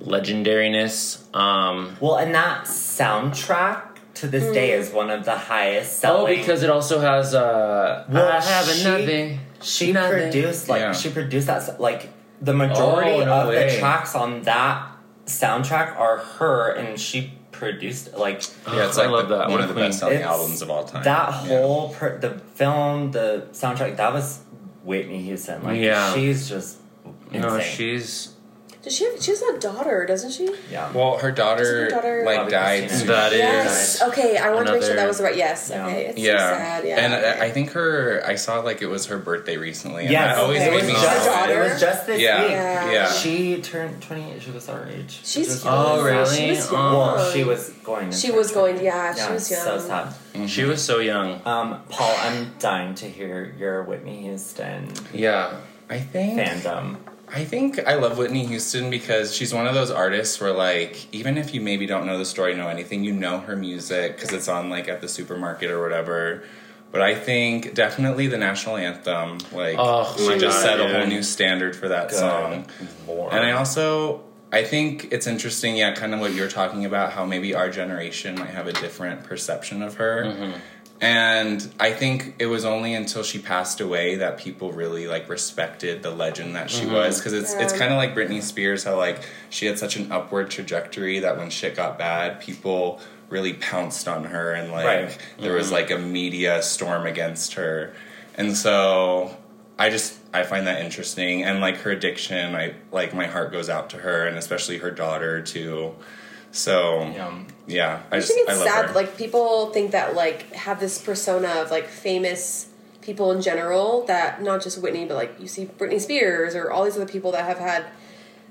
S1: legendariness. Um,
S2: Well, and that soundtrack to this day
S4: Mm.
S2: is one of the highest
S1: oh,
S2: selling.
S1: because it also has. Uh,
S2: Well,
S1: I have
S2: she-
S1: nothing.
S2: she
S1: nothing.
S2: produced like
S3: Yeah.
S2: she produced that s- like the majority
S1: Oh, no
S2: of
S1: way.
S2: the tracks on that soundtrack are her, and she produced like
S3: Yeah, it's
S1: I
S3: like
S1: love
S3: the,
S1: that.
S3: one
S1: What
S3: of
S1: a
S3: the
S1: queen.
S3: best selling
S2: It's-
S3: albums of all time.
S2: that
S3: Yeah.
S2: whole per- the film, the soundtrack. That was Whitney Houston. Like
S1: Yeah.
S2: she's just insane.
S1: No, she's
S4: Does she have? She has a daughter, doesn't she?
S2: yeah.
S3: Well, her daughter,
S4: Her daughter-
S3: like
S2: Bobby
S3: died.
S2: Christina.
S3: soon.
S1: that is.
S4: Yes. Okay, I wanted to make sure that
S1: Another-
S4: was the right. Yes.
S2: Yeah.
S4: Okay. It's
S3: yeah.
S4: so sad. Yeah.
S3: and uh, I I think her. I saw like it was her birthday recently. And
S2: Yes,
S3: that always
S4: okay.
S2: it,
S3: made
S2: was
S3: me.
S4: Her
S2: just,
S3: sad.
S4: daughter.
S2: it was just this
S3: Yeah,
S2: week.
S4: Yeah.
S3: yeah.
S2: She turned 28. She was our age. She
S4: She's
S2: was
S4: young.
S1: Oh, really?
S4: She was young.
S1: Oh.
S2: Well, she was going. to
S4: She
S2: turn
S4: was going.
S2: 28.
S4: Yeah, she was young.
S2: so sad.
S1: She was so young.
S2: Um, Paul, I'm dying to hear your Whitney Houston
S3: Yeah, I think.
S2: fandom.
S3: I think I love Whitney Houston because she's one of those artists where, like, even if you maybe don't know the story, know anything, you know her music because it's on, like, at the supermarket or whatever. But I think definitely the national anthem, like
S1: Oh, my
S3: she just
S1: God,
S3: set a
S1: yeah.
S3: whole new standard for that song.
S2: More.
S3: And I also I think it's interesting, yeah, kind of what you're talking about, how maybe our generation might have a different perception of her.
S1: Mm-hmm.
S3: And I think it was only until she passed away that people really like respected the legend that she was because it's it's
S4: Yeah.
S3: kind of like Britney Spears how like she had such an upward trajectory that when shit got bad, people really pounced on her and like
S2: Right.
S3: there was like a media storm against her. And so I just I find that interesting and like her addiction, I like my heart goes out to her and especially her daughter too. So yeah, I,
S4: I
S3: just
S4: think
S3: I
S4: it's
S3: love
S4: sad.
S3: her.
S4: that, Like people think that like have this persona of like famous people in general that not just Whitney, but like you see Britney Spears or all these other people that have had.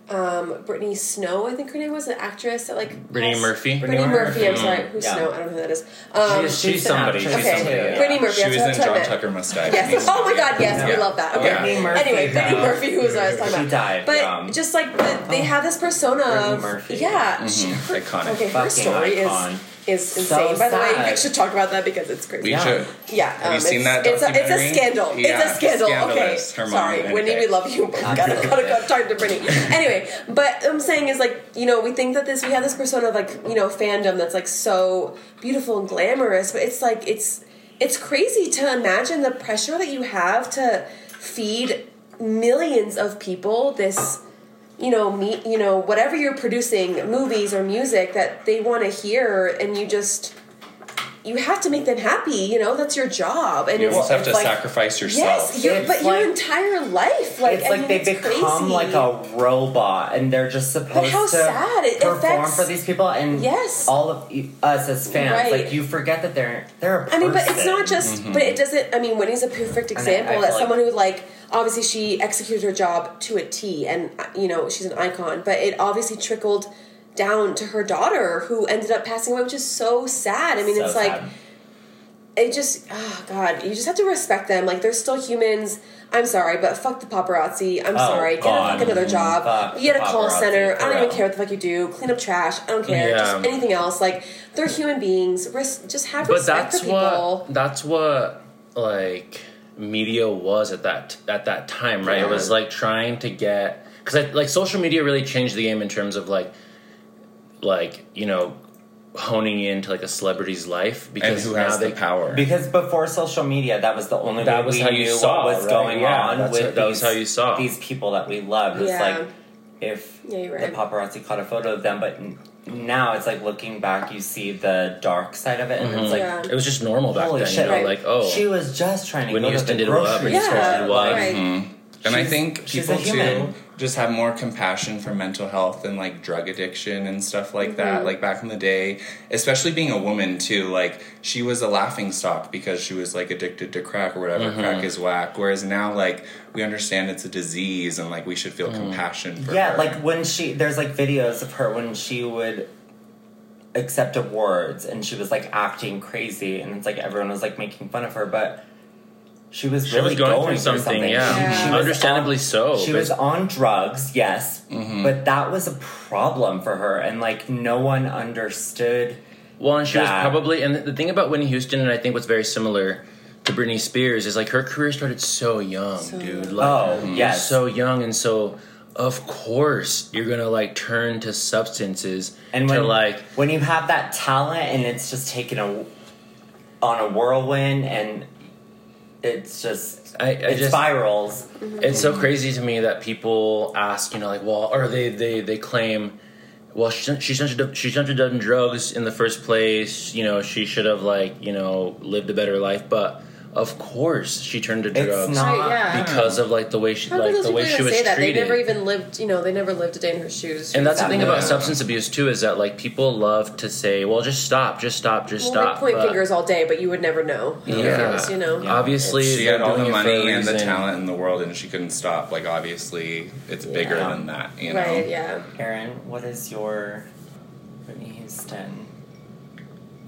S4: Um, Brittany Snow, I think her name was an actress that like
S1: Brittany
S4: passed-
S1: Murphy?
S4: Brittany
S2: Brittany
S4: Murphy, I'm
S2: Murphy.
S4: sorry, who's
S2: Yeah.
S4: Snow? I don't know who that is. Um,
S2: She's- she's
S1: She's somebody.
S2: an
S1: She's
S2: actress,
S4: okay,
S1: somebody.
S2: yeah.
S1: yeah.
S4: Brittany Murphy.
S3: she
S4: that's
S3: was
S4: what I
S3: in
S4: was trying
S3: John
S4: to-
S3: Tucker Must Die.
S4: Yes. Oh my God. Yes,
S3: Yeah.
S4: we love that. Okay.
S3: Brittany
S2: Murphy
S4: anyway, Brittany
S2: died.
S4: Murphy, who was I was talking
S2: She
S4: about,
S2: died,
S4: but
S2: um,
S4: just like the, they have this persona
S2: Brittany
S4: of
S2: Murphy.
S4: yeah. she- her-
S3: Iconic.
S4: Okay, her
S2: Fucking
S4: story
S2: icon.
S4: is is
S2: So
S4: insane. By the way, you
S2: sad.
S4: guys should talk about that because it's crazy.
S3: We
S2: Yeah.
S3: should.
S4: Yeah,
S3: Have you
S4: um,
S3: seen
S4: it's-
S3: that
S4: It's a, it's a
S3: documentary?
S4: scandal.
S3: Yeah,
S4: It's a scandal. Okay,
S3: scandalous. Her mom
S4: sorry,
S3: and
S4: Whitney, we
S3: Dick.
S4: love you. But we gotta, gotta go talk to Brittany. anyway, but what I'm saying is like you know we think that this we have this persona of like you know fandom that's like so beautiful and glamorous, but it's like it's it's crazy to imagine the pressure that you have to feed millions of people this you know me you know whatever you're producing movies or music that they want to hear and you just you have to make them happy you know that's your job and
S3: You
S4: it's-
S3: almost have to
S4: like-
S3: sacrifice yourself.
S4: yes your,
S2: It's
S4: but your
S2: like-
S4: entire life like
S2: it's
S4: I
S2: like
S4: mean,
S2: they
S4: it's
S2: become
S4: crazy.
S2: like a robot, and they're just supposed
S4: But how
S2: to
S4: sad it
S2: perform
S4: affects-
S2: for these people, and
S4: Yes.
S2: all of you, us as fans,
S4: Right.
S2: like you forget that they're they're a
S4: I
S2: person.
S4: mean, but it's not just.
S3: Mm-hmm.
S4: But it doesn't. I mean, Whitney's a perfect example.
S2: I
S4: That's
S2: feel
S4: someone who, like, obviously she executed her job to a T, and uh, you know she's an icon. But it obviously trickled down to her daughter, who ended up passing away, which is so sad. I mean,
S2: So
S4: it's like
S2: sad.
S4: it just. Oh God, you just have to respect them. Like they're still humans. I'm sorry, but fuck the paparazzi. I'm
S2: Oh,
S4: sorry. Get a
S2: God.
S4: fuck another job.
S2: Fuck
S4: you get a
S2: the
S4: call
S2: paparazzi,
S4: center.
S2: for
S4: I don't even
S2: real.
S4: care what the fuck you do. Clean up trash. I don't care. Just
S1: Yeah.
S4: anything else. Like they're human beings. Res- just have
S1: but
S4: respect
S1: that's
S4: for people.
S1: what that's what like media was at that at that time right it was like trying to get because like social media really changed the game in terms of like like you know honing into like a celebrity's life
S3: And
S1: because
S3: who
S1: now
S3: has
S1: they
S3: the power?
S2: Because before social media, that was the only
S1: That
S2: way
S1: was
S2: we
S1: how you
S2: knew
S1: saw,
S2: what was
S1: right?
S2: going
S1: Yeah,
S2: on
S1: that's
S2: with
S1: it.
S2: these,
S1: That was how you saw.
S2: these people that we loved. It's
S4: Yeah.
S2: like if
S4: Yeah, you're
S2: the
S4: right.
S2: paparazzi caught a photo of them, but n- now it's like looking back, you see the dark side of it, and it's like.
S4: Yeah.
S1: Mm-hmm. it was just normal back
S2: Holy
S1: then you
S2: shit.
S1: know
S4: Right.
S1: like oh
S2: She was just trying to
S1: Whitney
S2: go to
S1: Houston
S2: the
S1: did what,
S2: grocery
S1: Whitney
S2: store.
S1: Houston did what.
S4: right.
S3: And I
S2: She's-
S3: think
S2: she's
S3: people
S2: a human.
S3: too just have more compassion for mental health and like drug addiction and stuff like that. Like back in the day, especially being a woman too, like she was a laughing stock because she was like addicted to crack or whatever. Crack is whack. Whereas now, like we understand it's a disease and like we should feel compassion for
S2: Yeah,
S3: her.
S2: like when she there's like videos of her when she would accept awards and she was like acting crazy and it's like everyone was like making fun of her, but she was
S1: she
S2: really
S1: was going, through
S2: through
S1: something, yeah,
S4: Yeah.
S2: She was
S1: understandably so
S2: She
S1: but-
S2: was on drugs, yes,
S1: Mm-hmm.
S2: but that was a problem for her, and like no one understood.
S1: Well, and she was
S2: that-
S1: probably, and the thing about Whitney Houston, and I think what's very similar to Britney Spears is like her career started so young, dude. Like,
S2: Oh,
S1: you're
S2: yes.
S1: so young, and so of course you're gonna like turn to substances
S2: And
S1: to
S2: when
S1: like
S2: when you have that talent and it's just taken a on a whirlwind and it's just
S1: I, I
S2: it
S1: just
S2: spirals.
S1: it's so crazy to me that people ask, you know, like, well, or they they they claim. Well, she shouldn't- she shouldn't have- she shouldn't have done drugs in the first place. You know, she should have like you know lived a better life. But of course, she turned to
S2: It's
S1: drugs.
S2: not
S4: Right, Oh, yeah.
S1: because
S3: Oh.
S1: of like the way she
S4: How could
S1: like
S4: those
S1: the
S4: people
S1: way she
S4: even
S1: was
S4: say
S1: treated.
S4: that? They never even lived, you know, they never lived a day in her shoes. She
S1: and
S4: was
S1: that's the
S4: that
S1: thing
S4: young.
S1: about substance abuse too is that like people love to say, "Well, just stop, just stop, just
S4: Well,
S1: stop."
S4: they point
S1: but
S4: fingers all day, but you would never know. who it
S1: Yeah.
S4: was, you know.
S2: Yeah.
S1: Obviously,
S3: she had
S1: they're
S3: all the
S1: doing it for a
S3: money and the
S1: reason.
S3: talent in the world, and she couldn't stop. Like obviously, it's bigger
S2: Yeah.
S3: than that. You know.
S4: Right? Yeah.
S2: Aaron, what is your Whitney Houston?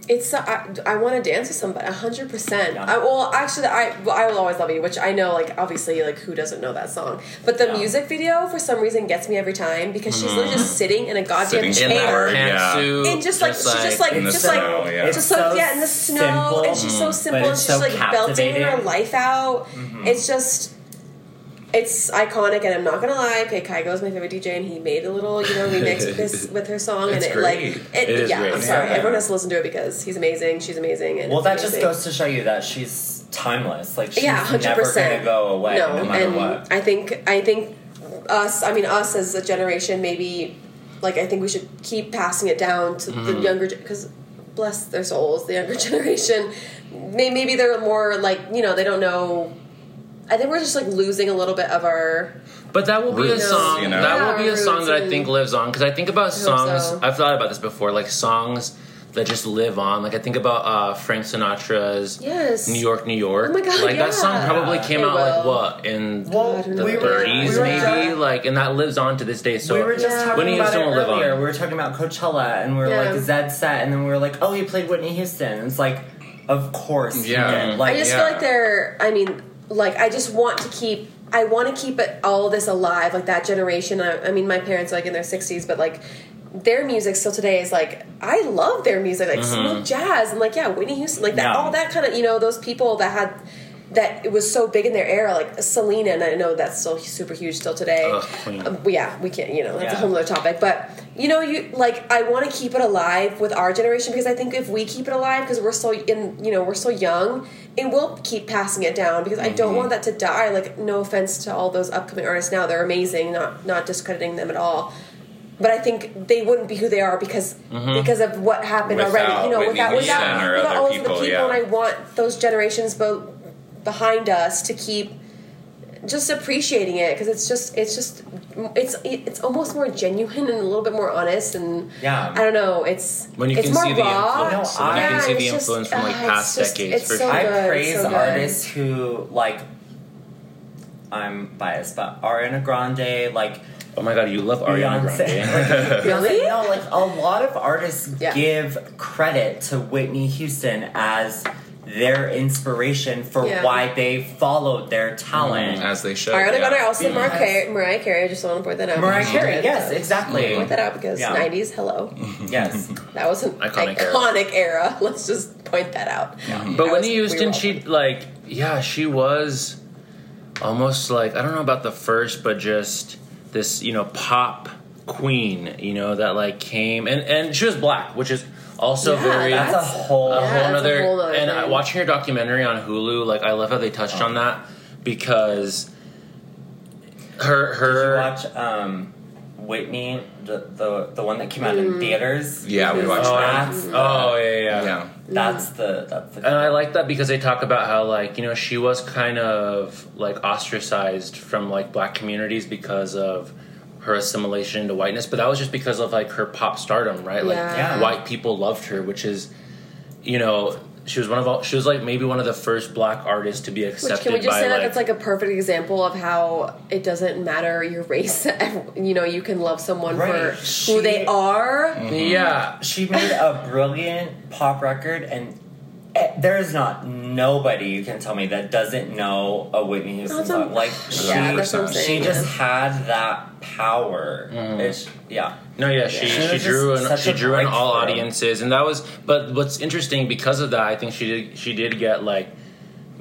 S4: It's I, I want to dance with somebody, hundred percent.
S2: Yeah.
S4: I well, actually, I well, I will always love you, which I know, like obviously, like who doesn't know that song? But the
S2: Yeah.
S4: music video for some reason gets me every time because she's literally just sitting in a goddamn
S1: Mm-hmm. in
S3: Sitting
S1: that
S4: chair.
S3: word, yeah.
S1: pantsuit,
S4: And just like she's just like
S3: in the
S4: just
S3: snow,
S4: like
S3: yeah.
S4: just
S2: It's
S4: like
S2: so
S4: yeah in the snow
S2: simple,
S4: and she's so simple
S2: but
S4: and
S2: it's
S4: she's
S2: so
S4: like belting her
S2: captivating.
S4: life out.
S3: Mm-hmm.
S4: It's just it's iconic and I'm not gonna lie, okay, Kygo is my favorite DJ and he made a little, you know, remix
S3: *laughs*
S4: with his with her song and
S3: It's
S4: it
S3: great.
S4: like
S1: It
S4: it,
S1: is
S4: yeah,
S1: great.
S4: I'm sorry.
S3: Yeah.
S4: Everyone has to listen to it because he's amazing, she's amazing and
S2: Well,
S4: it's
S2: that just
S4: amazing.
S2: goes to show you that she's timeless. Like she's
S4: Yeah, hundred
S2: never gonna
S4: percent.
S2: go away,
S4: No,
S2: no, matter
S4: and
S2: what.
S4: I think I think us. I mean, us as a generation, maybe like I think we should keep passing it down to
S2: Mm-hmm.
S4: the younger because bless their souls, the younger *laughs* generation. May, maybe they're more like you know they don't know. I think we're just like losing a little bit of our.
S1: But that will be a
S3: Roots,
S1: song.
S3: you know?
S1: That will
S4: Yeah,
S1: be a song
S4: roots
S1: that I
S4: and-
S1: think lives on because I think about
S4: hope
S1: songs.
S4: so.
S1: I've thought about this before, like songs that just live on. Like I think about uh, Frank Sinatra's
S4: Yes.
S1: "New York, New York."
S4: Oh my God,
S1: Like that song
S4: yeah.
S1: probably came
S4: It
S1: out like
S4: will.
S1: what in
S2: Well,
S4: God,
S2: we
S4: the
S1: the
S2: were,
S1: 30s,
S2: we were
S1: maybe.
S2: just-
S1: like, and that lives on to this day. So
S2: we were just
S4: Yeah.
S2: talking
S1: Whitney
S2: about it
S1: Houston will live on.
S2: earlier. We were talking about Coachella, and we were
S4: Yeah.
S2: like Zed set, and then we were like, oh, he played Whitney Houston. It's like, of course, he
S3: Yeah.
S2: did. Like,
S4: I just
S3: Yeah.
S4: feel like they're. I mean, like I just want to keep. I want to keep it all this alive, like that generation. I, I mean, my parents are like in their sixties, but like their music still today is like I love their music, like smooth jazz and like yeah, Whitney Houston, like that,
S2: Yeah.
S4: all that kind of you know those people that had that it was so big in their era, like Selena, and I know that's still super huge still today.
S1: Ugh, queen.
S4: Um, yeah, we can't, you know, that's a
S2: Yeah.
S4: whole other topic. But you know, you like I want to keep it alive with our generation because I think if we keep it alive, because we're still in, you know, we're still young, and we'll keep passing it down because I
S3: Mm-hmm.
S4: don't want that to die. Like, no offense to all those upcoming artists now, they're amazing. Not not discrediting them at all. But I think they wouldn't be who they are because because of what happened
S3: Mm-hmm. Without
S4: already. You know,
S3: Whitney
S4: without without,
S3: Houston or
S4: without
S3: other
S4: all
S3: people,
S4: of the people,
S3: yeah.
S4: and I want those generations both behind us to keep just appreciating it because it's just it's just it's it's almost more genuine and a little bit more honest and
S2: Yeah.
S4: I don't know it's
S1: When you
S4: it's
S1: can
S4: more
S1: see the
S4: raw.
S1: influence,
S2: No,
S1: when you
S2: I-
S1: can see
S4: it's
S1: the
S4: just-
S1: influence from like
S4: ah, it's
S1: past
S4: just-
S1: decades
S4: it's
S1: for
S4: so
S1: sure.
S2: I
S4: good, it's
S2: praise
S4: so good.
S2: artists who like. I'm biased, but Ariana Grande, like
S1: Oh my god, you love Ariana *laughs*
S2: Beyonce.
S1: Grande.
S2: Like,
S4: Really?
S2: Beyonce, No, like a lot of artists
S4: Yeah.
S2: give credit to Whitney Houston as their inspiration for
S4: Yeah.
S2: why they followed their talent.
S3: as they should.
S4: Ariana
S3: yeah.
S4: Grande also Mariah
S2: Yes.
S4: Carey, Mariah Carey. I just want to point that out.
S2: Mariah
S4: She
S2: Carey,
S4: did,
S2: yes,
S4: so.
S2: exactly.
S4: Point that out because
S2: Yeah.
S4: '90s, hello,
S2: Yes.
S4: that was an
S1: Mm. Iconic
S4: iconic,
S1: era.
S4: era. *laughs* Let's just point that out.
S1: But
S2: Mm-hmm.
S4: That
S1: Whitney
S4: was- we
S1: Houston,
S4: were all-
S1: she like, yeah, she was almost like I don't know about the first, but just this, you know, pop queen, you know, that like came and and she was black, which is also
S4: Yeah,
S1: very
S2: That's a
S4: That's-
S2: whole.
S1: a whole
S4: that's a
S1: nother-
S4: whole other
S1: and I,
S4: thing.
S1: watching your documentary on Hulu, like I love how they touched on that because her
S2: Did you
S1: her
S2: watch um, Whitney, the, the the one that came out in theaters?
S3: Yeah, we watched
S1: oh,
S3: that.
S1: I-
S2: That's the,
S1: oh yeah, yeah.
S3: Yeah.
S2: that's the that's the.
S1: And I like that because they talk about how like you know she was kind of like ostracized from like black communities because of her assimilation into whiteness, but that was just because of like her pop stardom, right? Like
S4: Yeah.
S2: Yeah.
S1: white people loved her, which is you know she was one of all, she was like maybe one of the first black artists to be accepted
S4: Which can we just
S1: by
S4: say that
S1: like,
S4: that's like a perfect example of how it doesn't matter your race? *laughs* You know, you can love someone for
S2: Right.
S4: who
S2: She-
S4: they are.
S1: yeah.
S2: She made a brilliant pop record, and eh, there is not nobody you can tell me that doesn't know a Whitney Houston
S4: That's
S2: song.
S4: a-
S2: Like
S4: yeah,
S2: she,
S4: that's what I'm
S3: she
S4: saying.
S2: she just had that power.
S1: Mm.
S2: It's- yeah,
S1: No, yeah, she,
S2: She
S1: she
S2: was
S1: drew
S2: just
S1: in
S2: such
S1: she
S2: a
S1: drew in all
S2: breakthrough.
S1: audiences, and that was. But what's interesting because of that, I think she did she did get like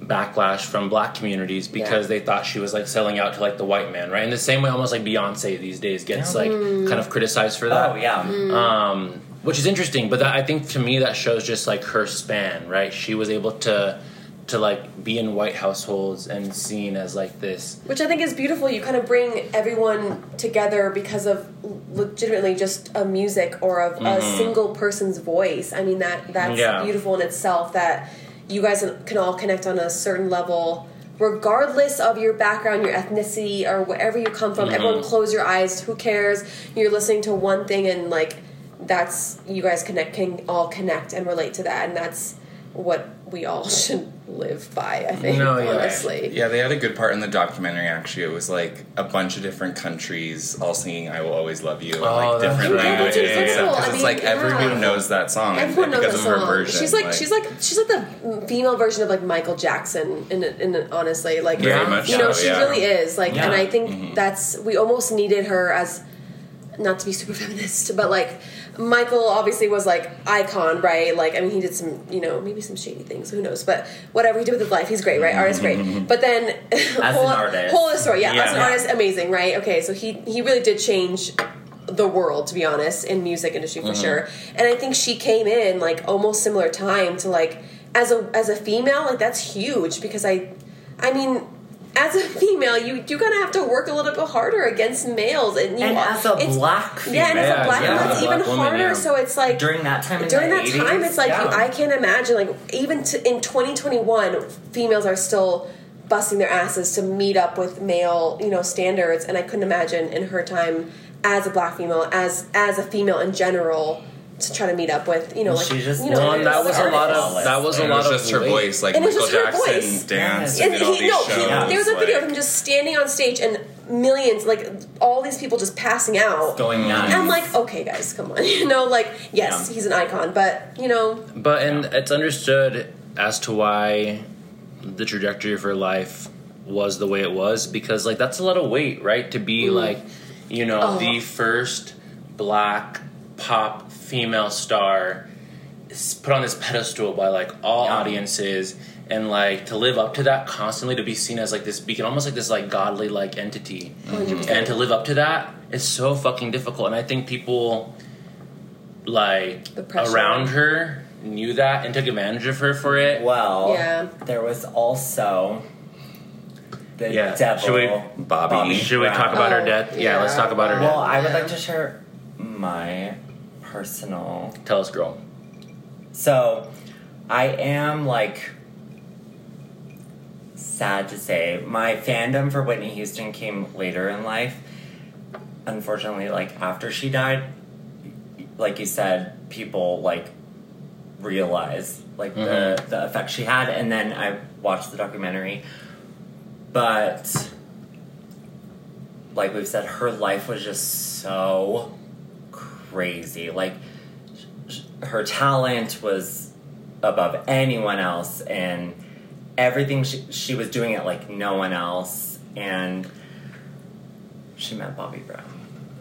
S1: backlash from black communities because
S4: Yeah.
S1: they thought she was like selling out to like the white man, right? In the same way, almost like Beyonce these days gets like kind of criticized for that,
S2: Mm. oh yeah,
S4: Mm.
S1: um, which is interesting. But that, I think to me that shows just like her span, right? She was able to to like be in white households and seen as like this
S4: which I think is beautiful. You kind of bring everyone together because of legitimately just a music or of a single person's voice. I mean that that's
S1: Mm-hmm. Yeah.
S4: beautiful in itself that you guys can all connect on a certain level. Regardless of your background, your ethnicity, or wherever you come from, everyone
S1: Mm-hmm.
S4: close your eyes. Who cares? You're listening to one thing, and like that's you guys connect can all *laughs* connect and relate to that, and that's what we all should live by. I think
S1: No, yeah.
S4: honestly.
S3: Yeah, they had a good part in the documentary. Actually, it was like a bunch of different countries all singing "I Will Always Love You" in
S1: Oh,
S3: like
S1: that's
S3: different
S1: right.
S3: languages
S1: Yeah, that's
S4: cool.
S3: because
S4: I
S3: it's
S4: mean,
S3: like
S4: yeah.
S3: everyone knows that song
S4: Everyone knows
S3: because
S4: that
S3: of her
S4: song.
S3: version.
S4: she's like, she's like she's like the female version of like Michael Jackson in a- in a- honestly like
S1: Very
S4: you
S1: much
S4: know
S3: so,
S4: she
S3: yeah. Mm-hmm.
S4: really is like and
S2: Yeah.
S4: I think that's we almost needed her as not to be super *laughs* feminist but like Michael obviously was like icon right like I mean he did some you know maybe some shady things who knows but whatever he did with his life he's great right artist
S3: Mm-hmm.
S4: great but then
S2: As
S4: *laughs* whole,
S2: an artist.
S4: whole other story yeah, as an
S2: Yeah.
S4: artist amazing right okay so he he really did change the world to be honest in music industry
S1: Mm-hmm.
S4: for sure and i think she came in like almost similar time to like as a as a female like that's huge because i i mean as a *laughs* female you you gotta have to work a little bit harder against males and you
S2: And as a
S4: it's-
S2: black
S4: yeah and as a
S1: female,
S4: black
S2: yeah,
S4: woman
S2: as
S4: that's
S1: a
S4: even
S1: black woman,
S4: harder
S1: yeah.
S4: so it's like
S2: during that time in
S4: during
S2: the
S4: that
S2: 80s,
S4: time it's like
S2: yeah.
S4: i can't imagine like even to, in 2021 females are still busting their asses to meet up with male you know standards and i couldn't imagine in her time as a black female as as a female in general to try to meet up with you know like
S2: She just
S4: you know
S2: Well,
S1: Um, that
S4: other
S1: was a lot
S4: artists.
S1: of that was a
S3: And it
S1: lot
S3: was
S1: of
S3: just her
S1: weight.
S3: voice, like
S4: And it was
S3: Michael
S4: just her
S3: Jackson
S4: voice.
S3: danced
S2: Yes.
S3: and
S4: and
S3: did all
S4: he,
S3: these
S4: no,
S3: shows.
S4: he, there was a video of
S3: like-
S4: him just standing on stage and millions, like all these people just passing out.
S2: going nuts.
S4: I'm like, okay, guys, come on. *laughs* You know, like, yes,
S2: Yeah.
S4: he's an icon, but you know,
S1: But and it's understood as to why the trajectory of her life was the way it was because like that's a lot of weight, right? To be like, you know,
S4: Mm. Oh.
S1: the first black pop female star s- put on this pedestal by like all
S2: Yeah.
S1: audiences and like to live up to that constantly to be seen as like this beacon almost like this like godly like entity
S4: Oh,
S1: and to live up to that is so fucking difficult and i think people like
S4: The pressure.
S1: around her knew that and took advantage of her for it
S2: well,
S4: Yeah.
S2: there was also the
S1: Yeah.
S2: devil.
S1: Should we-
S3: Bobby.
S1: should we talk
S2: Brown.
S1: about her
S4: Oh,
S1: death yeah,
S4: yeah.
S1: let's talk about her
S2: Well,
S1: death
S2: I would like to share my personal.
S1: tell us girl
S2: So, I am like sad to say my fandom for Whitney Houston came later in life. Unfortunately, like after she died, like you said, people like realize like the the effect she had, and then I watched the documentary, but. Like we've said, her life was just so crazy. Like, her talent was above anyone else and everything she, she was doing it like no one else and she met bobby brown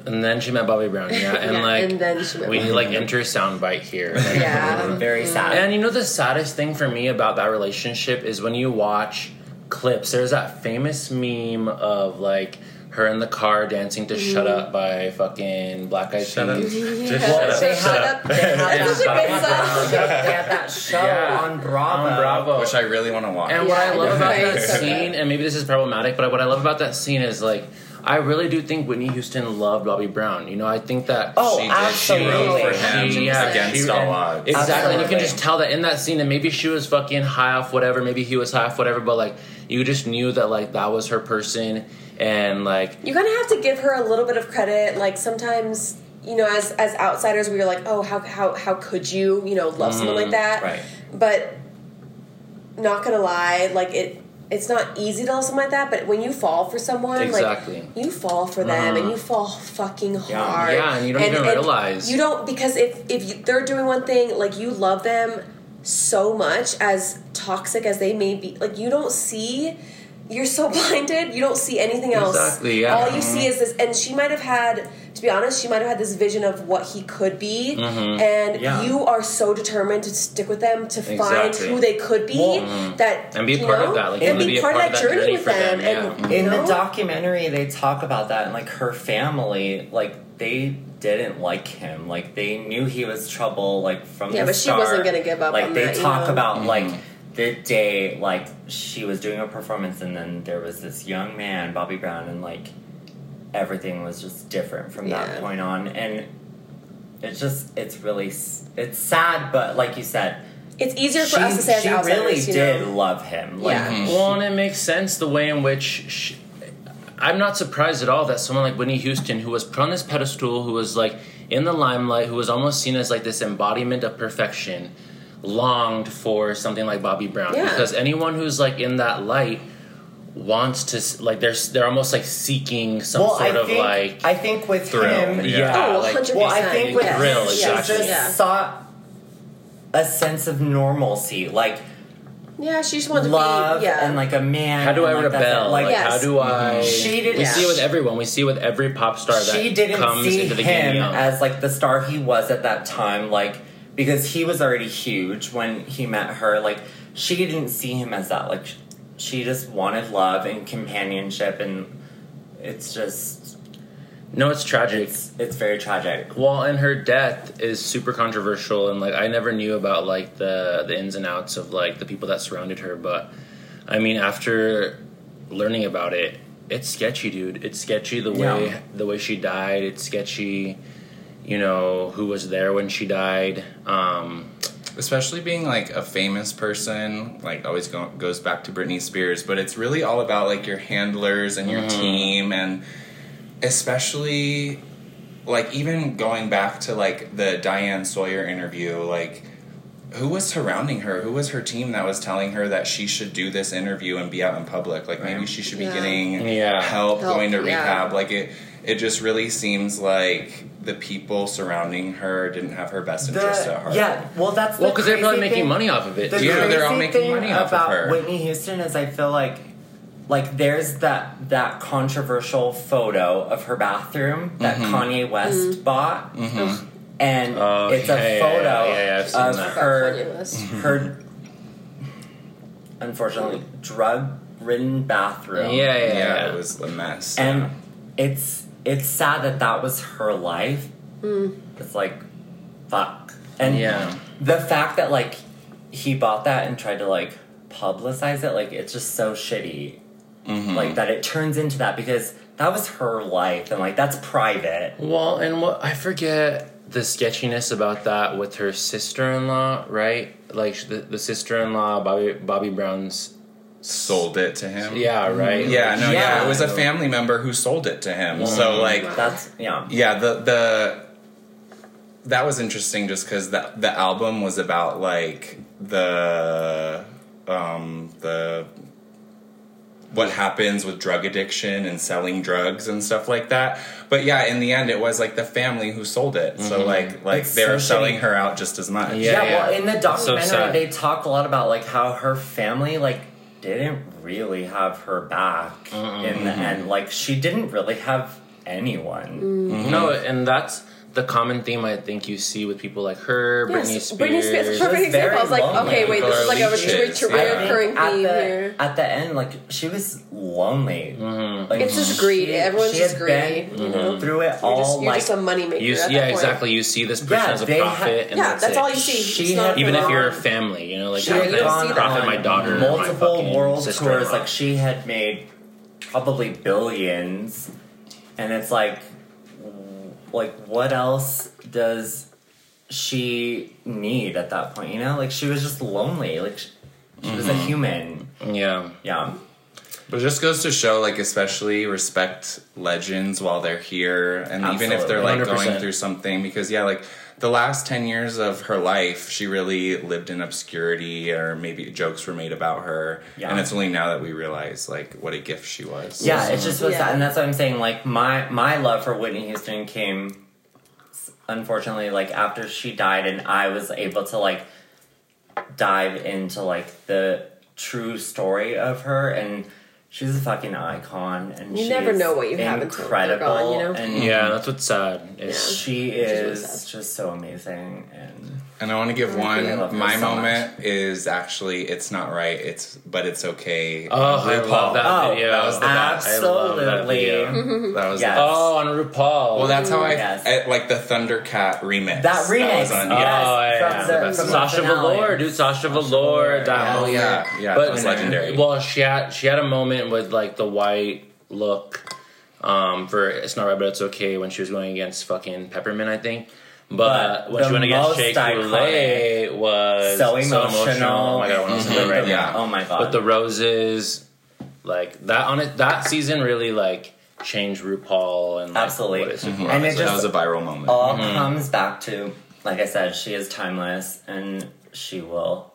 S1: and then she met bobby brown yeah and
S4: Yeah,
S1: like
S4: and then she went
S1: we
S4: with
S1: need like enter soundbite here
S4: it. *laughs* yeah.
S2: very sad
S1: And you know the saddest thing for me about that relationship is when you watch clips. There's that famous meme of like her in the car dancing
S4: Mm-hmm.
S1: to "Shut Up" by fucking Black Eyed
S3: Shut up.
S1: Peas.
S4: Just
S1: shut up,
S4: They
S1: shut
S4: had
S1: up.
S4: a- they
S1: *laughs*
S4: had
S1: And
S4: such a
S1: Bobby
S4: good
S1: Brown.
S4: song.
S2: they had that show
S1: Yeah.
S2: on bravo
S4: Mm-hmm.
S1: On Bravo.
S3: which I really want to watch.
S1: And what I
S4: Yeah,
S1: love about
S4: right.
S1: that scene, and maybe this is problematic, but what I love about that scene is like I really do think Whitney Houston loved Bobby Brown. You know, I think that
S2: Oh,
S3: she did. She wrote for
S2: absolutely.
S3: him
S1: She- yeah,
S3: against
S1: she-
S3: all odds.
S1: Exactly. And you can
S2: Absolutely.
S1: just tell that in that scene that maybe she was fucking high off whatever, maybe he was high off whatever, but like you just knew that like that was her person and like
S4: *laughs* You kind of have to give her a little bit of credit. Like sometimes, you know, as as outsiders, we were like, oh, how how how could you, you know, love someone
S1: Mm,
S4: like that?
S2: right.
S4: But not gonna lie, like it. It's not easy to love someone like that, but when you fall for someone,
S1: Exactly. Mm.
S4: like you fall for them and you fall fucking
S2: Yeah.
S4: hard,
S1: Yeah, and you don't even realize.
S4: you don't because if if you, they're doing one thing, like you love them so much, as toxic as they may be, like you don't see, you're so *laughs* blinded, you don't see anything else.
S1: Exactly, yeah. Mm-hmm.
S4: All you see is this, and she might have had, to be honest, she might have had this vision of what he could be,
S1: Mm-hmm.
S4: and
S2: Yeah.
S4: you are so determined to stick with them to find
S1: Exactly.
S4: who they could be
S2: Well,
S4: that
S1: And be a
S4: you
S1: part of
S4: know,
S1: that, like, you
S4: and
S1: wanna
S4: be, part, of that journey, with
S1: for
S4: them.
S1: them,
S4: and,
S1: yeah.
S4: you
S2: in
S4: know?
S2: the documentary they talk about that and like her family like they didn't like him like they knew he was trouble like from
S4: Yeah,
S2: the
S4: but she wasn't
S2: start.
S4: gonna give up
S2: like
S4: on
S2: they
S4: that, you
S2: talk
S4: know?
S2: about like the day like she was doing a performance and then there was this young man bobby brown and like everything was just different from
S4: Yeah.
S2: that point on and it's just it's really s- it's sad but like you said
S4: it's easier for
S2: she,
S4: us to say as
S2: she really
S4: outsiders, you know?
S2: did love him like
S4: Yeah.
S1: Well, and it makes sense the way in which she, I'm not surprised at all that someone like Whitney Houston, who was put on this pedestal, who was like in the limelight, who was almost seen as like this embodiment of perfection, longed for something like Bobby Brown
S4: Yeah.
S1: because anyone who's like in that light wants to s- like they're s- they're almost like seeking some
S2: well,
S1: sort
S2: I
S1: of
S2: think
S1: like
S2: I think with
S3: Thrill,
S2: him,
S3: yeah.
S1: yeah
S4: Oh,
S1: like
S4: 100%.
S2: Well, I think with
S1: Yeah.
S2: him,
S1: Thrill,
S2: she
S1: exactly.
S2: just
S4: Yeah.
S2: sought a sense of normalcy, like
S4: Yeah, she just wanted to
S2: love
S4: be. Yeah.
S2: and like a man.
S1: how do I
S2: and, like, that's it.
S1: rebel
S2: Like,
S1: like
S4: Yes.
S1: how do I
S2: She didn't-
S1: we see it with
S2: Yeah.
S1: everyone we see it with every pop star that
S2: she didn't
S1: comes
S2: see
S1: into the game
S2: him
S1: young.
S2: as like the star he was at that time, like because he was already huge when he met her. Like she didn't see him as that. Like she just wanted love and companionship, and it's just
S1: no it's tragic
S2: it's it's very tragic.
S1: Well, and her death is super controversial, and like I never knew about like the the ins and outs of like the people that surrounded her. But I mean, after learning about it, it's sketchy, dude. It's sketchy the way
S2: Yeah.
S1: the way she died. It's sketchy, you know, who was there when she died. Um,
S3: especially being like a famous person like always go- goes back to britney spears but it's really all about like your handlers and your
S2: Mm-hmm.
S3: team and especially like even going back to like the diane sawyer interview like who was surrounding her who was her team that was telling her that she should do this interview and be out in public like maybe she should be
S4: Yeah.
S3: getting
S1: Yeah.
S3: help,
S4: Help,
S3: going to
S4: yeah.
S3: rehab like it it just really seems like the people surrounding her didn't have her best
S2: The-
S3: interest at heart
S2: yeah, well, that's
S1: well,
S2: the
S1: because they're probably
S2: crazy
S1: making
S2: thing.
S1: money off of it.
S2: The
S1: too.
S3: Yeah,
S2: crazy
S3: they're all making
S2: thing
S3: money off of
S2: about
S3: her.
S2: Whitney Houston is I feel like like there's that that controversial photo of her bathroom that Kanye West bought. And
S1: Mm-hmm. Oh,
S2: it's a
S1: yeah, yeah,
S2: photo
S1: yeah, yeah, I've seen
S2: of
S1: that. Mm-hmm.
S2: her her unfortunately drug ridden bathroom.
S1: yeah, yeah,
S3: yeah,
S1: yeah.
S3: it was a mess.
S2: And it's it's sad that that was her life. It's like fuck. And
S1: Yeah.
S2: the fact that like he bought that and tried to like publicize it, like it's just so shitty.
S1: Mm-hmm.
S2: Like that it turns into that because that was her life and like that's private.
S1: Well, and what I forget the sketchiness about that with her sister-in-law, right? Like the, the sister-in-law, Bobby Bobby Brown's.
S3: sold it to him.
S1: Yeah, right.
S3: Yeah,
S1: Like,
S3: no, yeah.
S2: Yeah. Mm-hmm.
S3: It was a family member who sold it to him. So like
S2: That's yeah.
S3: yeah, the the that was interesting just cuz that the album was about like the um the what happens with drug addiction and selling drugs and stuff like that. But yeah, in the end it was like the family who sold it. So like
S2: Mm-hmm.
S3: like
S2: It's
S3: they were
S2: so
S3: selling
S2: shitty.
S3: her out just as much.
S1: Yeah,
S2: Yeah,
S1: yeah.
S2: well in the
S1: That's so
S2: documentary
S1: sad.
S2: they talk a lot about like how her family like didn't really have her back in the end. Like she didn't really have anyone.
S1: No, and that's the common theme I think you see with people like her, Britney
S4: Yes,
S1: Spears.
S4: Britney Spears. is a
S2: She's
S4: Perfect example. I was
S2: very
S4: like,
S2: lonely.
S4: okay, wait, this is like a
S3: Girly
S4: re-
S3: shit.
S4: re-
S3: Yeah.
S4: recurring
S2: at
S4: theme
S2: the,
S4: here.
S2: At the end, like she was lonely.
S1: Mm-hmm.
S2: Like,
S4: It's just greed.
S2: she-
S4: Everyone's
S2: she
S4: just
S2: had
S4: greedy,
S2: been
S4: you know?
S2: Through it
S4: You're
S2: all,
S4: just, you're
S2: like
S4: just a moneymaker.
S1: You,
S4: at that
S1: yeah,
S4: point.
S1: exactly. You see this person
S2: Yeah,
S1: as a
S2: they ha-
S1: profit, and
S4: Yeah,
S1: that's,
S4: that's,
S1: it.
S4: all you see.
S2: She
S4: It's not
S2: had-
S4: for
S1: Even if
S4: long.
S1: you're a family, you know, like
S4: Yeah,
S1: yeah,
S4: you don't see that.
S1: profit my daughter, or my
S2: multiple
S1: fucking
S2: world
S1: sister-in-law.
S2: tours. Like she had made probably billions, and it's like, w- like what else does she need at that point? You know, like she was just lonely. Like she, she was
S1: Mm-hmm.
S2: a human.
S1: yeah,
S2: Yeah.
S3: But it just goes to show, like, especially respect legends while they're here, and even if they're like
S1: Absolutely. 100%.
S3: going through something, because yeah, like the last ten years of her life, she really lived in obscurity, or maybe jokes were made about her,
S2: Yeah.
S3: and it's only now that we realize like what a gift she was.
S2: Yeah, it's just so
S4: Yeah.
S2: sad, and that's what I'm saying. Like my my love for Whitney Houston came, s- unfortunately, like after she died, and I was able to like dive into like the true story of her, and she's a fucking icon, and
S4: You
S2: she's
S4: never know what you have until they're
S2: incredible,
S4: gone, you know?
S2: and
S1: yeah, that's what's sad. It's,
S2: she
S4: is really
S2: is
S4: sad.
S2: just so amazing, and
S3: And I want to give one.
S2: I love her
S3: My
S2: so
S3: moment is actually it's not right. It's but it's okay.
S1: Oh, I love that
S2: Oh,
S1: video.
S3: that was the best.
S1: I love that
S2: absolutely.
S1: video.
S3: *laughs* That was
S2: Yes.
S1: Oh, on RuPaul.
S3: well. That's how I,
S2: Yes.
S3: I- like the Thundercat remix.
S2: That remix,
S3: was on-
S1: Oh, yeah.
S2: Yes, from the-
S1: That's
S2: from the
S1: Sasha
S2: finale.
S1: Velour, dude. Sasha Velour.
S2: Velour,
S1: That
S2: yeah.
S3: Oh
S1: moment.
S3: yeah, yeah,
S1: But
S3: that was legendary.
S1: Well, she had she had a moment with like the white look um, for "It's Not Right, But It's Okay" when she was going against fucking Peppermint, I think. But,
S2: But
S1: when she
S2: the
S1: went against
S2: most
S1: Shake Coulee was
S2: so emotional,
S1: Oh my god, I want
S2: *laughs*
S1: to say that right
S3: Yeah.
S1: now.
S2: Oh my god,
S1: With the roses, like that on it. That season really like changed RuPaul and like,
S2: Absolutely.
S1: what it's-
S3: Mm-hmm.
S2: Mhm. And it
S3: that
S2: just-
S1: Mm-hmm.
S2: Oh,
S3: was a viral moment.
S2: all comes back to like i said she is timeless and she will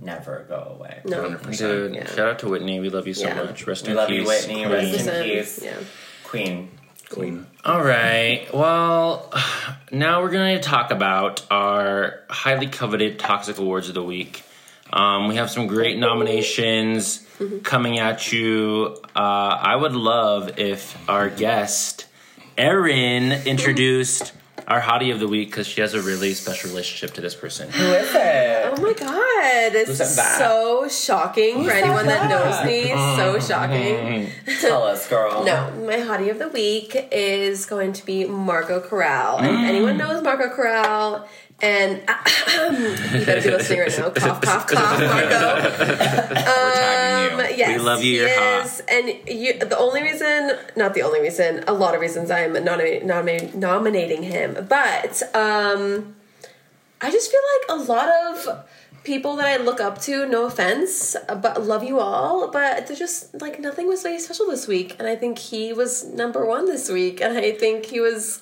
S2: never go away.
S4: No.
S3: 100%.
S1: Dude,
S4: Yeah.
S1: shout out to Whitney. We love you so
S4: Yeah.
S1: much. Rest
S2: We
S1: in
S2: love you,
S1: peace.
S2: Whitney. Rest
S1: Queen.
S2: in
S4: Listen,
S2: peace.
S4: Yeah.
S2: Queen.
S3: Queen.
S1: All right. Well, now we're going to talk about our highly coveted Toxic Awards of the Week. Um, we have some great nominations
S2: Mm-hmm.
S1: coming at you. Uh, I would love if our guest, Erin, introduced our hottie of the week because she has a really special relationship to this person.
S2: Who is it?
S4: Oh my god, it's
S2: said that?
S4: so shocking for anyone that
S2: that?
S4: knows me. It's so shocking.
S2: Tell us, girl.
S4: No, my hottie of the week is going to be Margot Corral. If anyone knows Margot Corral, and *coughs* you better be listening right now. Cough, cough, cough, Margot.
S3: We're tagging
S4: Um,
S3: you.
S4: yes,
S1: We love you, you're
S4: yes. And you, the only reason, not the only reason, a lot of reasons I'm nomi- nomi- nominating him, but um, I just feel like a lot of people that I look up to. No offense, but love you all. But they're just like nothing was very special this week, and I think he was number one this week, and I think he was.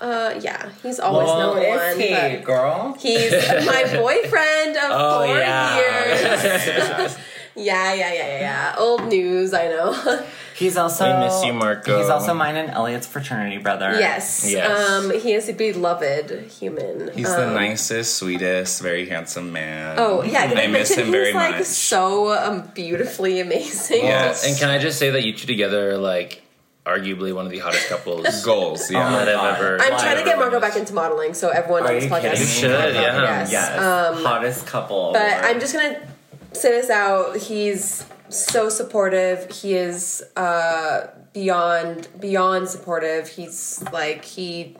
S4: Uh, yeah, he's always
S1: Well,
S2: Who
S4: number
S2: is
S4: one.
S2: he,
S4: but-
S2: girl?
S4: He's my
S1: *laughs*
S4: boyfriend of
S1: Oh,
S4: four
S1: yeah.
S4: years. yeah, yeah, yeah, yeah, yeah. Old news, I know. *laughs*
S2: He's also.
S1: We miss you, Marco.
S2: He's also mine and Elliot's fraternity brother.
S4: yes.
S1: Yes.
S4: Um, he is a beloved human.
S3: He's
S4: um,
S3: the nicest, sweetest, very handsome man.
S4: Oh yeah, did I,
S3: I miss
S4: mention
S3: him very
S4: he's like
S3: much.
S4: so um, beautifully amazing?
S3: Yes.
S1: And can I just say that you two together are like arguably one of the hottest
S2: *laughs*
S1: couples
S3: Goals, yeah.
S1: that
S2: God.
S1: I've ever.
S4: I'm trying to get
S1: Marco
S4: Marco back into modeling, so everyone
S2: Are
S4: on this
S2: you
S4: podcast.
S2: kidding?
S1: You should, yeah.
S4: Yes. Um,
S2: Yes. Hottest couple.
S4: But
S2: award.
S4: I'm just gonna say this out. He's so supportive. He is uh, beyond beyond supportive. He's like he.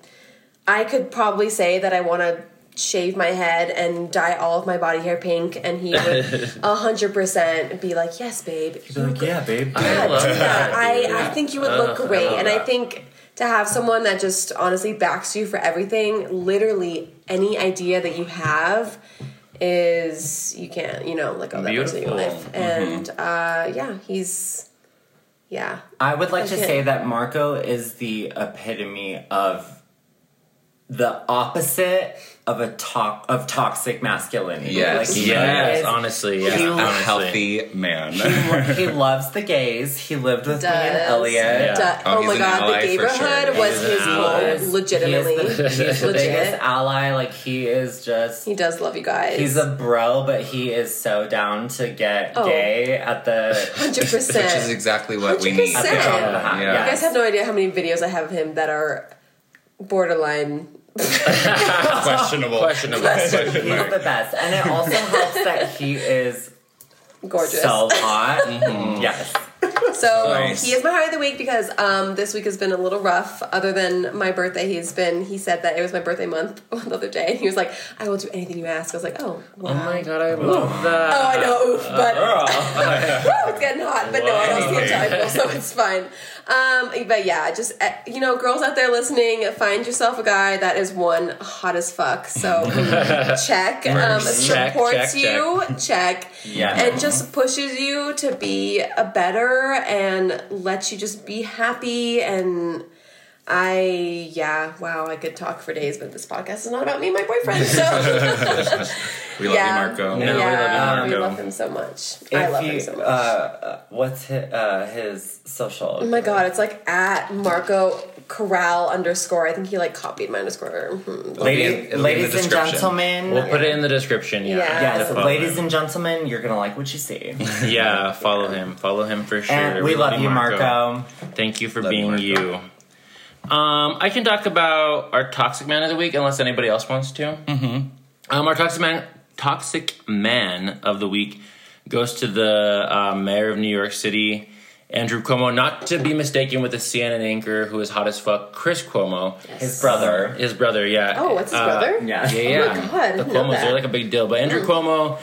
S4: I could probably say that I want to shave my head and dye all of my body hair pink, and he would hundred percent be like, "Yes, babe,
S2: He's like, yeah, babe.
S1: I love
S4: yeah,
S1: that.
S4: I, I think you would look great. and I think to have someone that just honestly backs you for everything, literally any idea that you have is you can't, you know, let go of that person in your
S1: Beautiful.
S4: life. And uh, yeah, he's yeah.
S2: I would like to
S4: Okay.
S2: say that Marco is the epitome of the opposite of a to- of toxic masculinity.
S3: Yes.
S2: Like, he
S1: Yes,
S2: is-
S1: honestly, yeah.
S2: He
S3: A
S1: honestly.
S3: healthy man.
S2: Oh
S3: *laughs*
S2: he loves the gays. He lived with me and
S4: Does.
S2: Elliot.
S1: Yeah.
S4: Duh.
S3: Oh,
S4: oh
S3: he's
S4: my
S3: an
S4: god, the
S3: ally
S4: gay
S3: for sure.
S4: hood was
S1: He's an
S4: his
S1: ally.
S4: role,
S2: He is the,
S4: legitimately.
S2: he is the
S4: Legit.
S2: biggest ally. Like he is just.
S4: He does love you guys.
S2: He's *laughs* a bro, but he is so down to get
S4: Oh.
S2: gay at
S4: *laughs*
S2: the.
S4: hundred
S3: Which is
S4: percent.
S3: exactly what we
S4: 100%.
S3: need.
S4: At the top of the
S3: Yeah.
S2: hat,
S4: You guys have no idea how many videos I have of him that are borderline
S3: Questionable.
S1: Questionable.
S2: He's the best, and it also helps that he is
S4: gorgeous.
S2: so hot. Yes.
S4: So
S3: Nice.
S4: he is my high of the week because um, this week has been a little rough. Other than my birthday, he's been. He said that it was my birthday month *laughs* the other day, and he was like, "I will do anything you ask." I was like, "Oh, wow.
S1: Oh my god, I love that.
S4: Oh, I know, oof, but
S2: Girl.
S4: Woo, Oh, it's getting hot, but no, I don't see
S3: Wow.
S4: time, so it's fine. Um, but yeah, just uh, you know, girls out there listening, find yourself a guy that is one hot as fuck. So
S1: Check,
S4: check, um,
S1: check,
S4: supports
S1: check.
S4: you, check,
S2: Yeah.
S4: and just pushes you to be a better and lets you just be happy and. I yeah wow I could talk for days but this podcast is not about me and my boyfriend so
S3: We love
S4: Yeah.
S3: you, Marco.
S1: we love you,
S4: yeah we
S1: Marco.
S4: love him so much I
S2: If
S4: love
S2: you,
S4: him so much
S2: Uh, what's his, uh, his social?
S4: Oh my god, it's like at Marco Corral underscore. I think he like copied my underscore. Mhm.
S3: It'll be in-
S2: Lady,
S3: it'll be in the
S2: ladies and
S3: description.
S2: gentlemen.
S1: We'll put it in the description. Yeah.
S4: Yeah.
S2: yes,
S1: To follow
S2: ladies
S1: him.
S2: and gentlemen, you're gonna like what you
S3: *laughs*
S2: see.
S1: yeah, follow him. Follow him for sure.
S2: and we love you, Marco.
S1: Thank you for
S3: Love you,
S1: being you. Um, I can talk about our toxic man of the week unless anybody else wants to. Mm-hmm. Um, our toxic man, toxic man of the week goes to the uh, mayor of New York City, Andrew Cuomo. Not to be mistaken with the CNN anchor who is hot as fuck, Chris Cuomo.
S2: His brother.
S1: His brother, yeah.
S4: Oh, what's his
S1: Uh,
S4: brother?
S2: Yeah.
S1: Yeah, yeah.
S4: God, I
S1: the
S4: didn't know
S1: Cuomo's
S4: that. Oh.
S1: they're like a big deal. But Andrew Cuomo,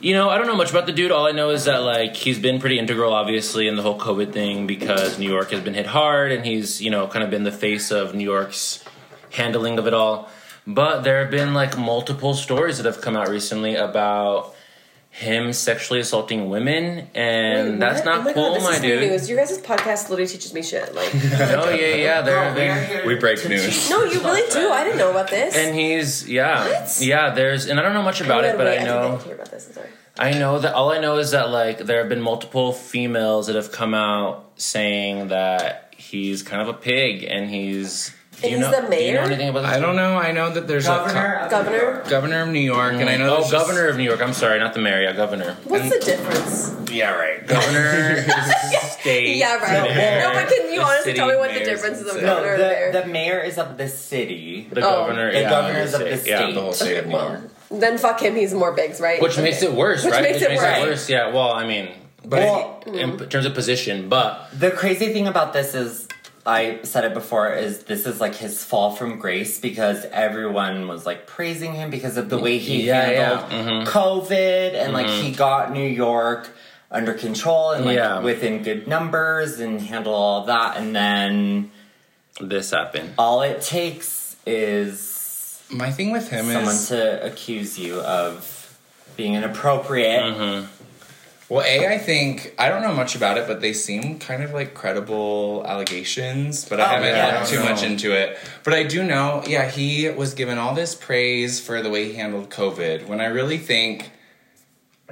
S1: you know, I don't know much about the dude. All I know is that like he's been pretty integral, obviously, in the whole COVID thing because New York has been hit hard, and he's you know kind of been the face of New York's handling of it all. But there have been like multiple stories that have come out recently about him sexually assaulting women, and
S4: Wait,
S1: that's
S4: what?
S1: not
S4: oh my
S1: cool,
S4: God, this
S1: my
S4: is
S1: dude.
S4: New news. Your guys' podcast literally teaches me shit.
S1: *laughs*
S4: Like,
S1: No, yeah, yeah,
S4: Oh,
S1: they're, they're
S3: We break news.
S4: no, you really do. I didn't know about this.
S1: and he's yeah,
S4: What?
S1: yeah. There's and I don't know much about it,
S4: Wait,
S1: but
S4: wait,
S1: I
S4: think
S1: know
S4: can hear about this. I'm sorry.
S1: I know that all I know is that like there have been multiple females that have come out saying that he's kind of a pig and he's. do
S4: And
S1: you
S4: he's
S1: know,
S4: the
S1: Do you know
S4: mayor?
S1: anything about this?
S3: I don't know. I know that there's
S2: Governor, of
S3: a
S2: Mm.
S4: Governor?
S2: New York.
S3: co- governor of New York, and I know
S1: oh,
S3: there's just-
S1: governor of New York. I'm sorry, not the mayor. Yeah, governor.
S4: What's the difference?
S3: yeah, right. Governor,
S4: *laughs*
S3: is state.
S4: Yeah, right.
S1: mayor,
S4: no, but can you
S1: the
S4: honestly tell me
S1: city
S4: what the
S3: mayor's
S4: difference is of
S3: insane.
S2: No,
S4: governor there?
S2: the, the mayor is of the city.
S1: The
S4: Oh.
S1: governor.
S2: The
S1: yeah,
S2: governor's
S1: the
S2: of the
S1: state, yeah.
S2: state.
S3: *laughs* the whole state of New
S2: Well,
S4: *laughs*
S3: York.
S4: Then fuck him. He's more bigs, right?
S1: Which makes it worse,
S4: Which
S1: right?
S4: makes
S1: Which
S4: it
S1: makes
S4: worse.
S1: it worse. Yeah. Well, I mean,
S3: But I-
S2: Well,
S1: in p- terms of position, but
S2: The crazy thing about this is, I said it before, is this is like his fall from grace because everyone was like praising him because of the way he
S1: Yeah, yeah. Mm-hmm.
S2: handled COVID and like he got New York under control and like
S1: Yeah.
S2: within good numbers and handled all that. And then
S1: this happened.
S2: all it takes is
S3: my thing with him
S2: someone
S3: is
S2: to accuse you of being inappropriate.
S1: Mm-hmm.
S3: well, a I think I don't know much about it, but they seem kind of like credible allegations. But I
S2: Oh,
S3: haven't
S2: yeah, I
S3: looked
S2: don't
S3: too
S2: know.
S3: much into it. But I do know, yeah, he was given all this praise for the way he handled COVID. When I really think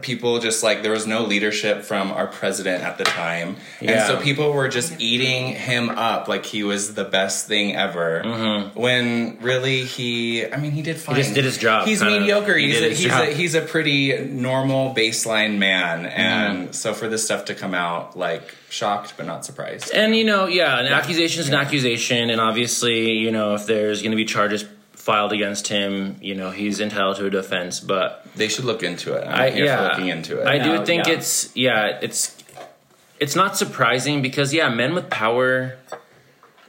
S3: people just like there was no leadership from our president at the time and
S1: Yeah.
S3: so people were just eating him up like he was the best thing ever when really he i mean he did fine
S1: Mm-hmm. just did his job,
S3: he's
S1: kind of.
S3: mediocre
S1: He
S3: he's,
S1: did
S3: a,
S1: his
S3: he's,
S1: job.
S3: a, he's a pretty normal baseline man and
S1: Mm-hmm.
S3: so for this stuff to come out like shocked but not surprised
S1: And you know, yeah, an accusation is an accusation, and obviously, you know, if there's going to be charges filed against him, you know, he's entitled to a defense. But
S3: they should look into it i'm
S1: I,
S3: here
S1: yeah,
S3: for looking into it
S1: I do
S2: No,
S1: think
S2: yeah.
S1: it's yeah, it's it's not surprising because yeah, men with power,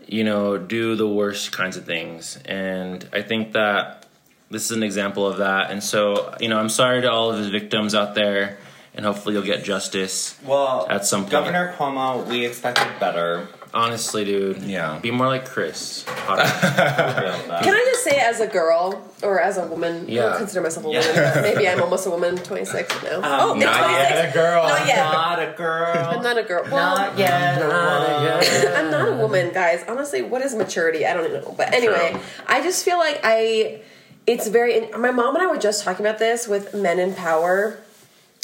S1: you know, do the worst kinds of things, and I think that this is an example of that. And so, you know, I'm sorry to all of his victims out there, and hopefully, you'll get justice.
S2: Well,
S1: At some point.
S2: Governor Cuomo, we expected better.
S1: Honestly, dude,
S3: Yeah.
S1: be more like Chris. Potter.
S4: Can I just say, as a girl or as a woman, I
S1: Yeah. Um,
S4: don't consider myself a
S2: Yeah.
S4: woman.
S1: *laughs*
S4: but maybe I'm almost a woman. 26 now. oh, it's
S2: not
S4: 26.
S3: yet a girl.
S4: Not yet.
S2: Not a girl.
S4: I'm not a girl. Well,
S2: Not yet.
S4: I'm not a woman, guys. Honestly, what is maturity? I don't even know. But anyway,
S1: True.
S4: I just feel like I. It's very. My mom and I were just talking about this with men in power,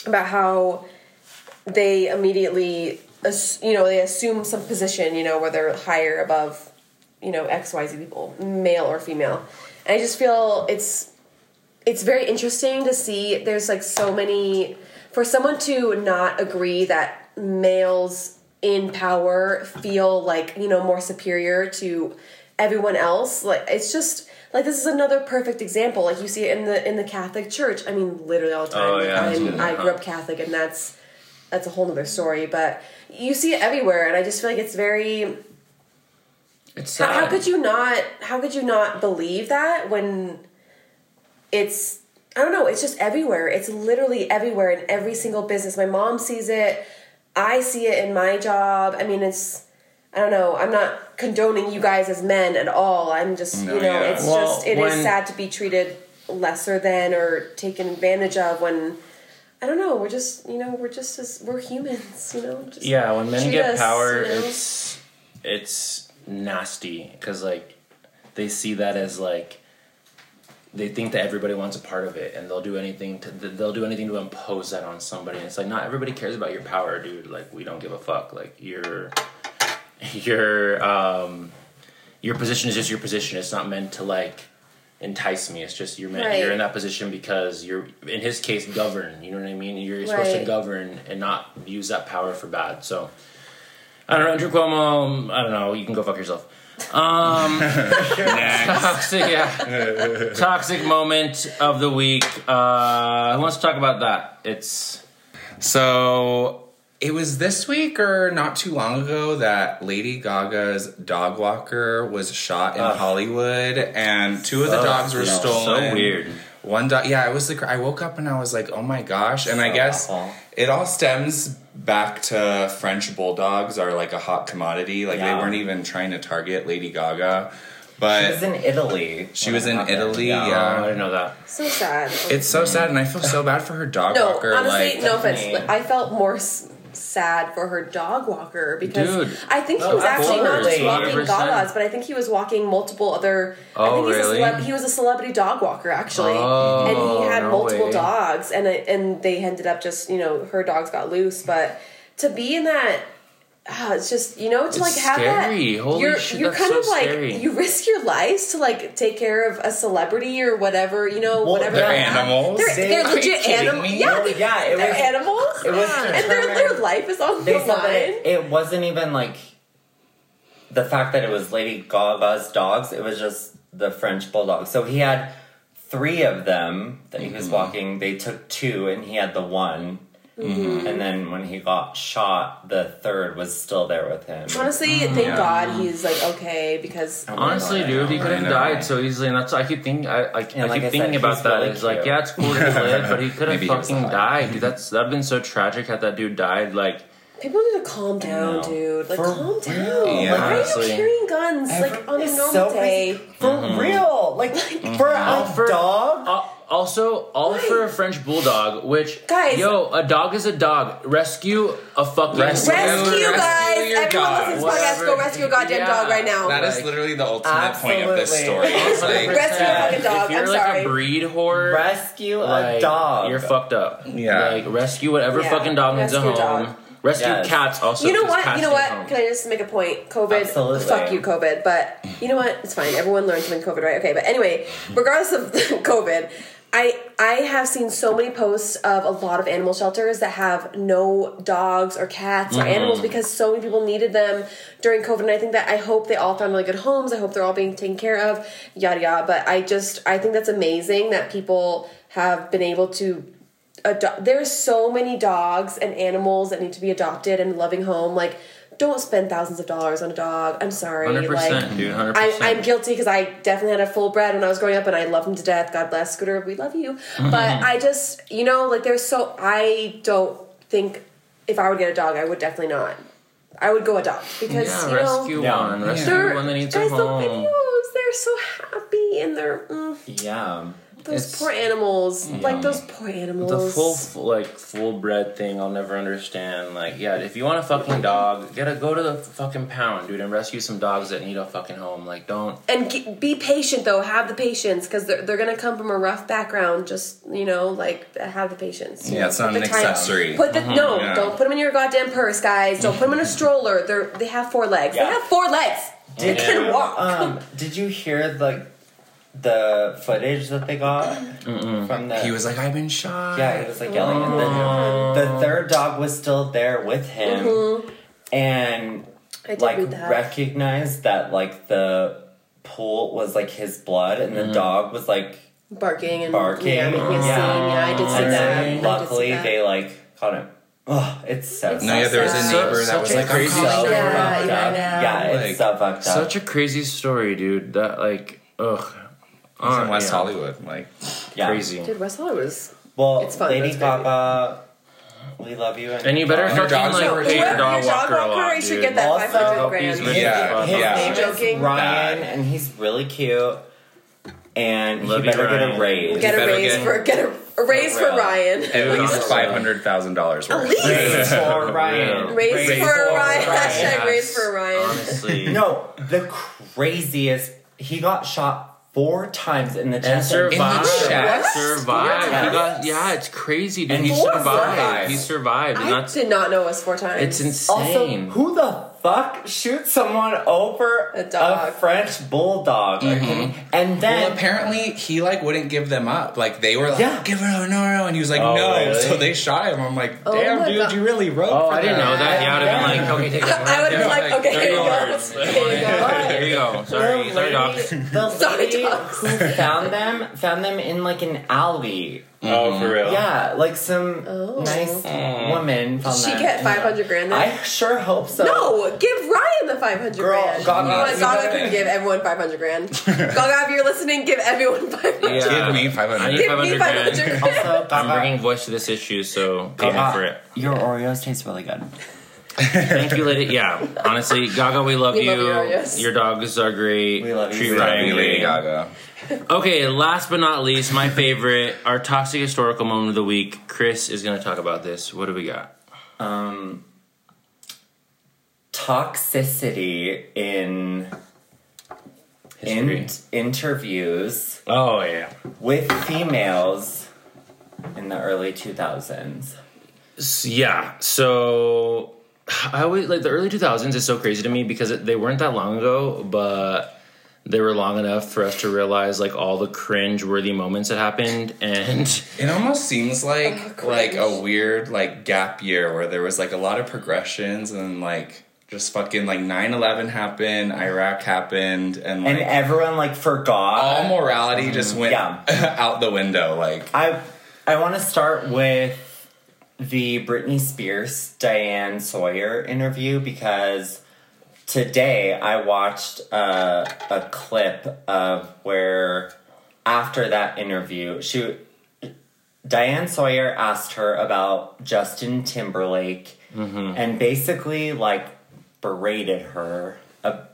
S4: about how they immediately, ass- you know, they assume some position, you know, where they're higher above, you know, X, Y, Z people, male or female. And I just feel it's it's very interesting to see there's like so many for someone to not agree that males in power feel like you know more superior to everyone else like it's just like this is another perfect example like you see it in the in the catholic church i mean literally all the time
S1: Oh,
S4: Like,
S1: yeah,
S4: I'm-
S1: absolutely.
S4: i grew up catholic and that's that's a whole nother story but you see it everywhere and i just feel like it's very
S1: It's uh,
S4: how,
S1: sad.
S4: how could you not? How could you not believe that when it's I don't know. It's just everywhere. It's literally everywhere in every single business. My mom sees it. I see it in my job. I mean, it's I don't know. I'm not condoning you guys as men at all. I'm just
S3: No,
S4: you know,
S3: yeah.
S4: it's
S1: Well,
S4: just it is
S1: when-
S4: sad to be treated lesser than or taken advantage of when. I don't know. We're just, you know, we're just as we're humans, you know. Just
S1: Yeah, when men
S4: treat
S1: get
S4: us,
S1: power,
S4: you know?
S1: it's it's nasty because like they see that as like they think that everybody wants a part of it, and they'll do anything to th- they'll do anything to impose that on somebody. And it's like not everybody cares about your power, dude. Like we don't give a fuck. Like your *laughs* your um your position is just your position. It's not meant to like entice me. It's just you're meant
S4: Right.
S1: you're in that position because you're in his case govern. You know what I mean? You're supposed to
S4: Right.
S1: govern and not use that power for bad. So I don't know, Andrew Cuomo. um, I don't know. You can go fuck yourself. Um,
S3: *laughs* Next.
S1: Toxic, yeah. Toxic moment of the week. Uh, who wants to talk about that? It's
S3: So it was this week or not too long ago that Lady Gaga's dog walker was shot in Hollywood, and two of the dogs were
S1: yeah, so
S3: stolen.
S1: weird.
S3: One dog. Yeah, I was like, I woke up and I was like, oh my gosh, and I
S2: So
S3: guess
S2: awful.
S3: it all stems back to French bulldogs are like a hot commodity. Like
S2: Yeah.
S3: they weren't even trying to target Lady Gaga. But
S2: She was in Italy.
S3: She
S2: when
S3: was
S2: it
S3: in
S2: happened.
S3: Italy.
S1: Yeah,
S3: Yeah.
S1: I didn't know that.
S4: So sad.
S3: It's so sad, and I
S2: *laughs*
S3: feel so bad for her dog
S4: no,
S3: walker.
S4: honestly,
S3: like,
S4: no offense.
S2: Stephanie.
S4: but I felt more s- sad for her dog walker because
S1: Dude.
S4: I think he
S1: Oh,
S4: was actually not just
S2: absolutely.
S4: walking
S1: 100%.
S4: Gaga's, but I think he was walking multiple other. I
S1: Oh,
S4: think he's
S1: really?
S4: a celeb- he was a celebrity dog walker actually,
S1: Oh,
S4: and he had
S1: no
S4: multiple
S1: way.
S4: dogs, and it, and they ended up just you know her dogs got loose, but to be in that. ah, it's just you know to like have
S1: scary.
S4: that.
S1: Holy
S4: you're
S1: shit,
S4: you're
S1: that's
S4: kind
S1: so
S4: of like
S1: scary.
S4: you risk your lives to like take care of a celebrity or whatever you know
S2: Well,
S4: whatever
S3: They're
S4: that-
S3: animals.
S4: They're, they're
S3: Are you
S4: legit
S3: kidding
S4: animals.
S3: me?
S4: Yeah,
S2: Well,
S4: they,
S2: yeah, it
S4: they're
S2: was-
S4: animals.
S2: it was
S4: and their, their
S2: determined-
S4: life is on
S2: They
S4: the
S2: said that
S4: line.
S2: it, it wasn't even like the fact that it was Lady Gaga's dogs. It was just the French bulldog. So he had three of them that he was
S3: Mm-hmm.
S2: walking. They took two, and he had the one.
S3: Mm-hmm.
S2: And then when he got shot, the third was still there with him. Oh,
S4: Honestly, thank God he's like okay because
S1: Honestly, dude, he could
S3: I
S1: have
S3: know,
S1: died
S3: right?
S1: so easily, and that's I keep thinking. I, I, I
S2: And like
S1: keep
S2: I
S1: thinking
S2: said,
S1: about
S2: he's
S1: that.
S2: really
S1: it's like,
S2: cute.
S1: yeah, it's cool to live, but
S2: *laughs*
S1: he could have
S3: Maybe he was
S1: fucking
S3: hot.
S1: died, dude. That's that'd been so tragic had that dude died. Like,
S4: people need to calm down,
S2: know.
S4: dude. Like
S2: For
S4: calm down.
S2: real.
S3: Yeah,
S4: like, why are
S1: honestly.
S4: you carrying guns like
S2: Every-
S4: on a
S2: it's
S4: normal
S2: so
S4: day?
S2: crazy. Mm-hmm. for real, like for a
S1: For-
S2: dog.
S1: al- Uh, also, all for a French bulldog. Which
S4: Guys-
S1: yo, a dog is a dog. Rescue a fucking
S3: Rescue.
S4: Rescue,
S3: Rescue
S4: guys!
S3: your
S4: Everyone
S3: dog.
S4: listens to this podcast, go
S1: Whatever.
S4: rescue a goddamn
S1: Yeah.
S4: dog right now.
S3: That is
S1: Like-
S3: literally the ultimate point of this story.
S2: Absolutely.
S3: It's like,
S4: Rescue a fucking dog.
S1: If you're
S4: I'm
S1: like
S4: sorry.
S1: a breed whore,
S2: Rescue a
S1: like,
S2: dog.
S1: You're fucked up.
S3: Yeah.
S1: Like rescue whatever
S4: Yeah.
S1: fucking dog needs a
S4: Rescue
S1: home.
S4: dog.
S1: Rescue
S2: Yes.
S1: cats also.
S4: you know
S1: because
S4: what?
S1: Cats
S4: You know
S1: need
S4: what?
S1: Home.
S4: Can I just make a point? COVID,
S2: Absolutely.
S4: fuck you, COVID. But you know what? It's fine. Everyone learned from COVID, right? Okay. But anyway, regardless of *laughs* COVID, I I have seen so many posts of a lot of animal shelters that have no dogs or cats or animals
S1: Mm-hmm.
S4: because so many people needed them during COVID. And I think that I hope they all found really good homes. I hope they're all being taken care of. Yada yada. But I just I think that's amazing that people have been able to ado- there's so many dogs and animals that need to be adopted and loving home like don't spend thousands of dollars on a dog i'm sorry
S1: 100%,
S4: like
S1: dude. 100%.
S4: I, I'm guilty because I definitely had a full bred when I was growing up, and I loved him to death. God bless Scooter, we love you.
S1: Mm-hmm.
S4: But I just, you know, like there's so I don't think if I would get a dog, I would definitely not. I would go adopt because
S1: yeah,
S4: you know
S1: rescue
S2: Yeah.
S1: one. Rescue
S4: they're
S1: one that needs a
S4: guys, the
S1: home.
S4: videos, they're so happy and they're mm,
S2: yeah.
S4: those
S1: It's-
S4: poor animals, like those poor animals.
S1: The full f- like full bred thing I'll never understand. Like yeah, if you want a fucking dog, get a go to the fucking pound, dude, and rescue some dogs that need a fucking home. Like don't
S4: and g be patient though have the patience because they're, they're gonna come from a rough background just you know like have the patience
S3: Yeah, it's not
S4: Put
S3: an
S4: the time-
S3: accessory.
S4: put the no
S3: yeah.
S4: don't put them in your goddamn purse guys don't put them in a stroller they're they have four legs
S2: Yeah.
S4: they have four legs
S2: Did
S4: they can
S2: you, *laughs*
S4: walk
S2: Um, did you hear the the footage that they got from the?
S3: he was like, I've been shot.
S2: yeah, he was like yelling, and then the third dog was still there with him, and
S4: I did
S2: like
S4: read that.
S2: recognized that like the pool was like his blood, and the dog was like,
S4: barking and
S2: Barking.
S4: yeah making a
S2: Yeah.
S4: scene yeah I did see
S2: and
S4: that I
S2: then
S4: did see
S2: luckily
S4: that.
S2: they like caught him. Ugh, it's so
S3: No, yeah, there was a
S4: Such
S3: neighbor that was
S1: a
S3: like, I'm
S1: crazy
S3: calling
S2: so
S3: you."
S4: Yeah,
S2: fucked
S4: yeah,
S2: up.
S4: yeah.
S2: Yeah, it's so
S3: Like,
S2: fucked up.
S1: such a crazy story, dude. That like ugh.
S3: He's
S1: Uh,
S3: in West
S1: yeah.
S3: Hollywood. Like,
S2: yeah.
S1: Crazy.
S4: dude West Hollywood was
S2: Well,
S4: It's fun,
S2: Lady
S4: that's great.
S2: Gaga, we love you, and,
S1: And you better
S3: Your
S1: fucking
S3: dogs
S1: like
S3: are
S1: pay
S3: worth
S1: your
S3: it.
S1: dog
S4: Your dog
S1: walker a
S4: walker,
S1: lot,
S4: you
S1: dude.
S4: should get that
S2: Also,
S4: 500
S1: he's
S4: grand
S1: rich as
S3: Yeah,
S1: fuck.
S2: His
S3: yeah.
S2: name
S4: Joking.
S2: is Ryan, and he's really cute. And
S1: Love
S2: he
S1: you,
S2: better get
S1: Ryan.
S2: a raise.
S4: get a
S3: better
S4: raise
S3: get-
S4: for get a, a raise for
S2: real.
S4: Ryan
S3: at least
S1: honestly.
S4: at
S3: $500,000
S1: *laughs*
S3: worth.
S4: least
S3: *laughs*
S2: raise for Ryan.
S4: Raise,
S2: Raise
S4: for, Ryan. Hashtag
S1: Yes.
S4: raise for Ryan.
S1: Honestly.
S4: *laughs*
S2: No, the craziest. He got shot four times in the
S1: And
S2: chest.
S1: survived.
S3: chest?
S1: Survived.
S2: Yes.
S1: He got, yeah, it's crazy, dude.
S2: And
S1: he
S2: he
S1: survived.
S2: survived.
S1: He survived, and
S4: I
S1: that's
S4: did not know it was four times. Oh,
S1: it's
S2: Also,
S1: insane.
S2: who the fuck shoots someone over
S4: A dog.
S2: French bulldog? Are you kidding? And
S3: Well,
S2: then
S3: apparently he like wouldn't give them up. Like they were like,
S2: Yeah.
S3: "Give it up, no, no," and he was like,
S1: Oh,
S3: "No."
S1: really?
S3: So they shot him. I'm like,
S4: Oh
S3: "Damn,
S4: my
S3: dude,
S4: God.
S3: you really wrote."
S1: oh,
S3: for
S1: I didn't know that. Yeah, I would have been like,
S2: Yeah.
S1: okay, take that.
S4: I would have been like,
S3: like,
S4: okay, here you
S1: Thirty
S4: go.
S1: yards.
S4: Here
S1: *laughs* There
S2: *laughs*
S4: you go.
S1: you go. Sorry,
S2: the
S1: sorry, dog.
S2: lady, *laughs* the
S4: *laughs* Sorry,
S2: lady
S4: dogs.
S2: who found them found them in like an alley.
S1: Oh, for real.
S2: Yeah, like some
S4: Oh.
S2: nice woman found
S4: Did
S2: them.
S4: she get
S2: And-
S4: 500 grand then?
S2: I sure hope so.
S4: No, give Ryan the 500
S2: Girl,
S4: grand.
S2: Gaga-
S4: You know what,
S2: you
S4: Gaga
S2: better.
S4: can give everyone 500 grand. Gaga, if you're listening, give everyone 500
S1: Yeah.
S3: Give me five
S1: I
S3: hundred.
S1: need
S4: Give me
S1: 500 grand.
S4: 500.
S2: *laughs* Also,
S1: *laughs* I'm
S2: Gaga-
S1: bringing voice to this issue, so pay me
S2: Gaga,
S1: for it.
S2: Your Oreos taste really good.
S1: Thank you, lady. Yeah, honestly, Gaga, we love
S4: We
S1: you.
S4: love you, yes.
S1: Your dogs are great.
S2: We love you.
S1: Tree
S2: We love
S1: Ryan,
S3: Lady
S1: great.
S3: Gaga.
S1: Okay, last but not least, my favorite, our toxic historical moment of the week. Chris is going to talk about this. What do we got?
S2: um, toxicity in, in interviews
S1: Oh yeah.
S2: with females in the early 2000s.
S1: S- Yeah. So *sighs* I always like the early 2000s is so crazy to me because it, they weren't that long ago, but they were long enough for us to realize like all the cringe-worthy moments that happened and
S3: It almost seems like
S4: Oh,
S3: like a
S4: cringe.
S3: weird like gap year where there was like a lot of progressions and like just fucking like 9-11 happened, Iraq happened, and like
S2: And everyone like forgot.
S3: all morality just went
S2: Yeah.
S3: *laughs* out the window. Like
S2: I I want to start with the Britney Spears Diane Sawyer interview because today I watched a, a clip of where after that interview she Diane Sawyer asked her about Justin Timberlake and basically like berated her ab-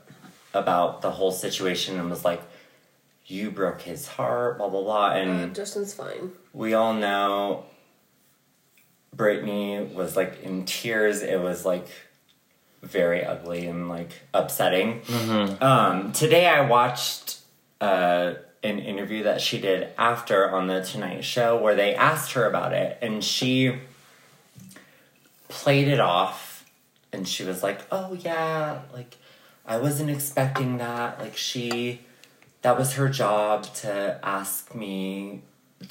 S2: about the whole situation and was like you broke his heart blah blah blah
S4: *laughs*
S2: and
S4: Justin's fine.
S2: we all know Britney was like in tears. It was like very ugly and like upsetting. Um, today I watched uh, an interview that she did after on the Tonight Show where they asked her about it and she played it off and she was like, oh yeah, like I wasn't expecting that. Like she, that was her job to ask me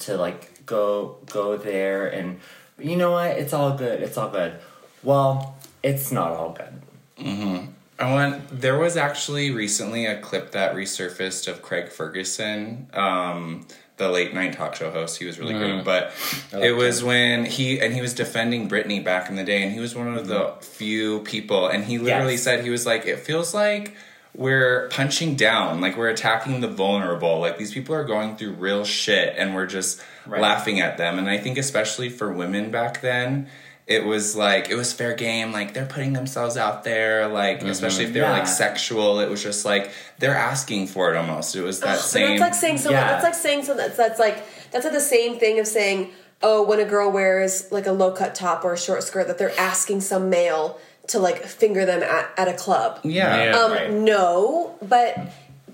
S2: to like go go there and you know what it's all good it's all good well it's not all good
S3: I want. There was actually recently a clip that resurfaced of Craig Ferguson, um, the late night talk show host. He was really good, but it was when he and he was defending Britney back in the day, and he was one of the few people. And he literally
S2: Yes.
S3: said he was like, "It feels like." We're punching down, like we're attacking the vulnerable. Like these people are going through real shit, and we're just
S2: Right.
S3: laughing at them. And I think, especially for women back then, it was like it was fair game. Like they're putting themselves out there, like especially if they were
S2: Yeah.
S3: like sexual. It was just like they're asking for it almost. It was that
S4: But
S3: same.
S4: That's like saying someone.
S2: Yeah.
S4: That's like saying something. That's that's like that's like the same thing of saying, oh, when a girl wears like a low cut top or a short skirt, that they're asking some male to like finger them at, at a club.
S3: yeah.
S1: *laughs* Yeah.
S4: Um,
S2: Right.
S4: No, but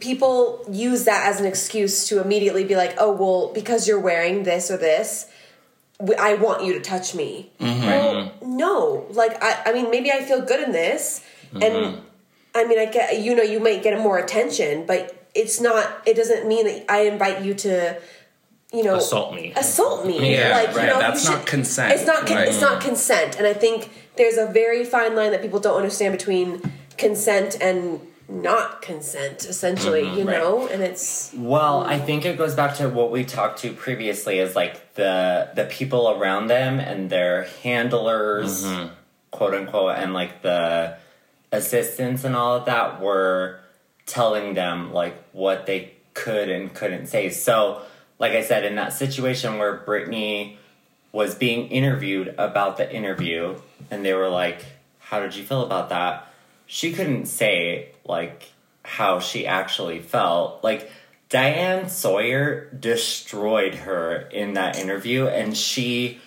S4: people use that as an excuse to immediately be like, oh, well, because you're wearing this or this, w- I want you to touch me.
S1: Mm-hmm.
S4: Well, no. Like, I, I mean, maybe I feel good in this.
S1: Mm-hmm.
S4: And I mean, I get, you know, you might get more attention, but it's not, it doesn't mean that I invite you to, you know,
S1: Assault me.
S4: Assault me.
S3: Yeah,
S4: like,
S3: right.
S4: you know,
S3: That's
S4: you
S3: not
S4: should-
S3: consent,
S4: It's not, con-
S3: right.
S4: it's not consent. And I think there's a very fine line that people don't understand between consent and not consent, essentially,
S3: Mm-hmm,
S4: you
S2: right.
S4: know? And it's
S2: well i think it goes back to what we talked to previously is like the the people around them and their handlers quote unquote and like the assistants and all of that were telling them like what they could and couldn't say so like i said in that situation where brittany was being interviewed about the interview and they were like how did you feel about that she couldn't say like how she actually felt like diane sawyer destroyed her in that interview and she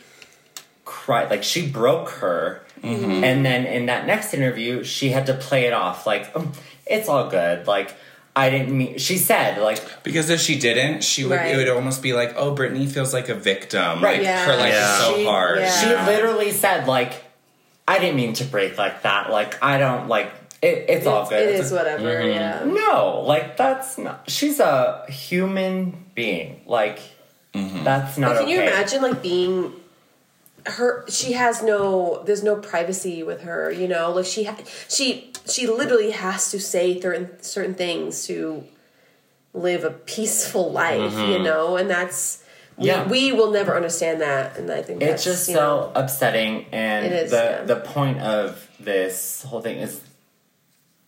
S2: cried like she broke her and then in that next interview she had to play it off like "Um, it's all good like i didn't mean she said like
S3: Because if she didn't, she would.
S4: Right.
S3: It would almost be like, oh, Brittany feels like a victim.
S2: Right.
S3: Like
S4: Yeah.
S3: her life
S1: Yeah.
S3: is so
S2: She-
S3: hard.
S4: yeah.
S2: She literally said, like, I didn't mean to break like that. Like, I don't, like, it, it's all good.
S4: it
S2: It's
S4: is
S2: a-
S4: whatever,
S3: Mm-hmm.
S4: yeah.
S2: No, like, that's not. She's a human being. Like, that's not
S4: But can
S2: okay.
S4: you imagine, like, being her she has no there's no privacy with her you know like she ha- she she literally has to say certain certain things to live a peaceful life you know and that's we,
S2: Mm-hmm. Yeah.
S4: we will never understand that and i think
S2: It's
S4: that's
S2: just
S4: you
S2: so
S4: know,
S2: upsetting, and
S4: It is,
S2: the
S4: yeah.
S2: the point of this whole thing is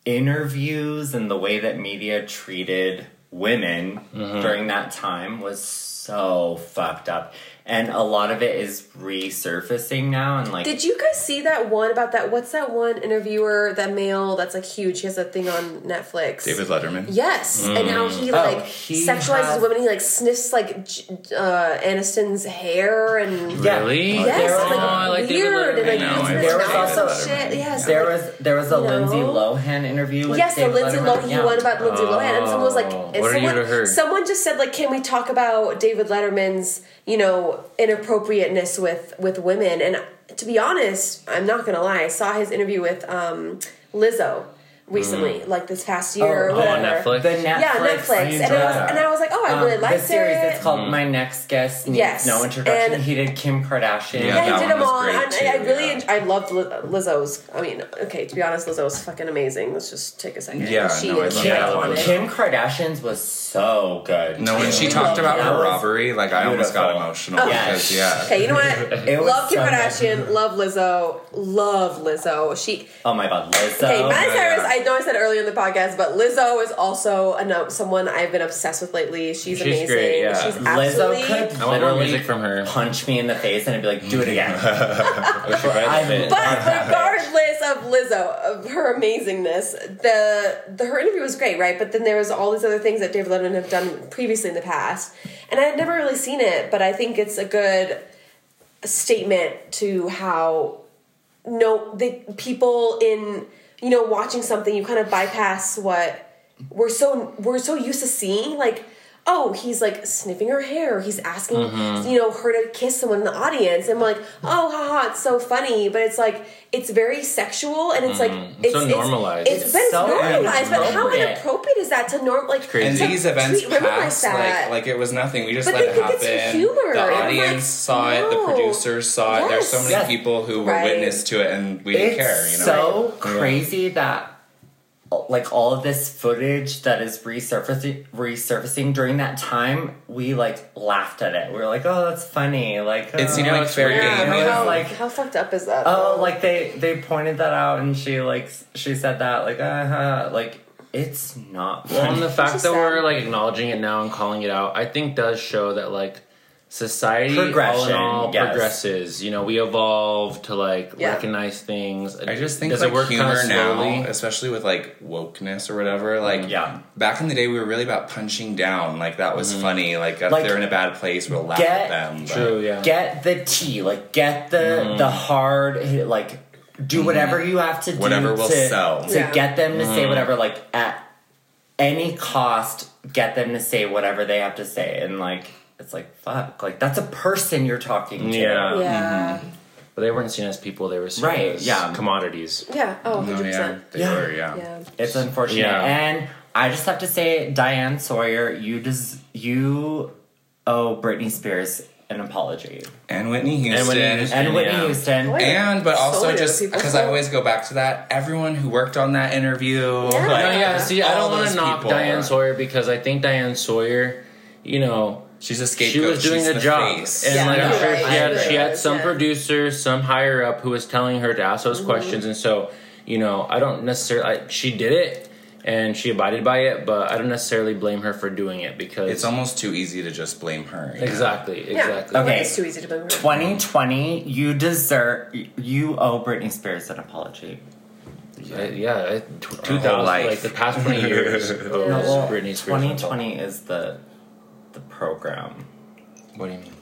S2: interviews and the way that media treated women during that time was so fucked up. and a lot of it is resurfacing now and like
S4: Did you guys see that one about that? What's that one interviewer, that male that's like huge? He has that thing on Netflix.
S3: David Letterman.
S4: Yes, and how
S1: Mm.
S4: he like
S2: he
S4: sexualizes
S2: has-
S4: women. He like sniffs like j- uh, Aniston's hair and
S2: Yeah.
S1: Really?
S4: yes,
S2: There was-
S4: like
S2: Oh, I
S1: like David
S4: weird and like
S3: Letterman. I
S4: uses
S3: know, I've
S4: his
S2: seen
S4: mouth
S2: David
S4: and
S3: Letterman.
S4: shit. Yes,
S2: there
S4: like-
S2: was there was a
S4: No.
S2: Lindsay Lohan interview with
S4: Yes, the
S2: David
S4: Lindsay
S2: Letterman.
S4: Lohan
S2: Yeah.
S4: one about Lindsay Lohan, and someone was like,
S1: Oh,
S4: and
S1: what are you
S4: someone,
S1: to her?
S4: someone just said like, can we talk about David Letterman's you know inappropriateness with with women? And to be honest, I'm not gonna lie, I saw his interview with um, Lizzo recently, like this past year. or
S2: Oh,
S1: Mm. Oh, on
S4: whatever.
S1: Netflix?
S2: the Netflix,
S4: Yeah, Netflix, and I was and I was like, oh, I really
S2: the
S4: liked
S2: Um, series.
S4: it.
S2: It's called My Next Guest Needs
S4: Yes,
S2: No Introduction.
S4: and-
S2: he did Kim Kardashian.
S3: Yeah,
S4: Yeah, he
S3: that
S4: did
S3: one
S4: them
S3: was
S4: all.
S3: great
S4: and I, I
S3: too,
S4: really,
S3: yeah.
S4: enj- I loved Li- Lizzo's. I mean, okay, to be honest, Lizzo's fucking amazing. Let's just take a second.
S3: Yeah,
S4: she
S3: no, I
S4: is
S3: love
S2: Kim,
S1: that
S4: on
S1: one.
S4: it.
S2: Kim Kardashian's was so good.
S3: No, when she
S4: Yeah.
S3: talked about
S2: That
S3: her
S2: was
S3: robbery, like I almost got
S2: beautiful.
S3: emotional
S2: Yeah.
S3: because yeah.
S4: Okay, you know what?
S2: It was
S4: love Kim
S2: so
S4: Kardashian. Love Lizzo. Love Lizzo. She.
S2: Oh my god, Lizzo.
S4: Okay, Miley
S3: yeah,
S4: Cyrus.
S3: yeah.
S4: I know I said earlier in the podcast, but Lizzo is also a, no- someone I've been obsessed with lately. She's,
S1: She's
S4: amazing.
S1: great, yeah.
S4: She's absolutely.
S2: Lizzo could
S1: I want more
S2: literally
S1: music from her.
S2: punch me in the face and I'd be like, do it again.
S1: Or she writes
S2: I'm-
S1: it.
S4: But regardless of Lizzo, of her amazingness, the, the her interview was great, right? But then there was all these other things that David Letterman have done previously in the past, and I had never really seen it, but I think it's a good statement to how no the people in you know watching something you kind of bypass what we're so we're so used to seeing like oh he's like sniffing her hair he's asking
S1: Mm-hmm.
S4: you know her to kiss someone in the audience and we're like oh haha it's so funny but it's like it's very sexual and it's like
S1: Mm-hmm. It's so normalized.
S4: it's, but it's
S2: So
S4: normalized but how
S2: inappropriate.
S4: inappropriate is that to norm like
S1: crazy.
S3: And
S1: to
S3: these events
S4: treat women like
S3: passed
S4: that.
S3: like, like it was nothing. We just
S4: But
S3: let
S4: they
S3: it
S4: think
S3: happen.
S4: it's humor.
S3: The
S4: I'm like,
S3: audience saw it.
S4: no.
S3: The producers saw it. There's so many
S2: Yes.
S3: people who were
S4: Right.
S3: witness to it, and we
S2: it's
S3: didn't care. You know.
S2: so
S3: Yeah.
S2: crazy that like all of this footage that is resurfacing resurfacing during that time, we like laughed at it. We were like, oh, that's funny. Like
S3: It
S2: oh.
S3: seemed
S1: Yeah,
S3: like
S1: it's
S3: fair
S1: weird.
S3: game.
S2: Yeah,
S3: you
S4: how,
S3: know?
S2: like-
S4: how fucked up is that
S2: Oh,
S4: though?
S2: like they they pointed that out, and she like s- she said that like uh huh like it's not.
S1: Well, and
S2: funny.
S1: the fact
S4: just
S1: that we're
S4: sad.
S1: like acknowledging it now and calling it out, I think does show that like society all in
S2: Progression,
S1: all
S2: yes.
S1: progresses. You know, we evolve to like
S4: Yeah.
S1: recognize things.
S3: I just think
S1: does
S3: like
S1: it work
S3: humor
S1: kinda
S3: now,
S1: slowly?
S3: especially with like wokeness or whatever. Like
S2: Yeah.
S3: back in the day, we were really about punching down. Like that was funny. Like if
S2: Like,
S3: they're in a bad place, we'll laugh
S2: get-
S3: at them. but-
S1: Mm-hmm. True, yeah.
S2: Get the tea, like get the
S3: Mm.
S2: the hard hit, like do whatever you have to do
S3: Mm-hmm. Whatever will
S2: to,
S3: sell. Mm.
S2: to
S4: Yeah.
S2: get them to say whatever. Like at any cost, get them to say whatever they have to say, and like it's like fuck, like that's a person you're talking to.
S1: Yeah.
S4: yeah
S1: But they weren't seen as people, they were seen
S2: Right,
S1: as
S2: yeah.
S1: commodities.
S4: yeah oh
S3: No,
S4: 100
S3: yeah,
S4: percent
S3: they
S2: Yeah.
S3: were. Yeah.
S4: yeah
S2: It's unfortunate.
S1: Yeah.
S2: And I just have to say, Diane Sawyer, you des- you owe Britney Spears an apology.
S3: and Whitney Houston.
S1: And
S3: And,
S1: Whitney Houston.
S2: And Whitney
S1: Yeah.
S2: Houston.
S4: What?
S3: but
S4: So
S3: also
S4: many
S3: just
S4: other people.
S3: because I always go back to that, everyone who worked on that interview.
S4: Yeah.
S1: No,
S3: Like,
S1: yeah, see, I
S3: all
S1: don't want
S3: those
S1: to knock
S3: people
S1: Diane
S3: are-
S1: Sawyer because I think Diane Sawyer, you know,
S3: She's a scapegoat.
S1: she was doing
S3: She's
S1: the,
S3: the
S1: job,
S3: face.
S1: and
S4: Yeah,
S1: like I'm
S4: you're
S1: sure
S4: right.
S1: she
S4: I
S1: had
S4: agree.
S1: she had some
S4: Yeah. Mm-hmm.
S1: producer, some higher up who was telling her to ask those questions, and so you know I don't necessarily I, she did it and she abided by it, but I don't necessarily blame her for doing it because
S3: It's almost too easy to just blame her. you know?
S1: exactly
S4: yeah
S1: exactly.
S2: Okay.
S4: it's too easy to blame her.
S2: 2020, you deserve, you owe Britney Spears an apology.
S1: I- yeah, I, t- 2000
S3: life.
S1: like the past twenty
S3: *laughs*
S1: years. of
S4: No, well,
S1: Britney Spears.
S2: 2020 is the the program.
S1: What do you mean?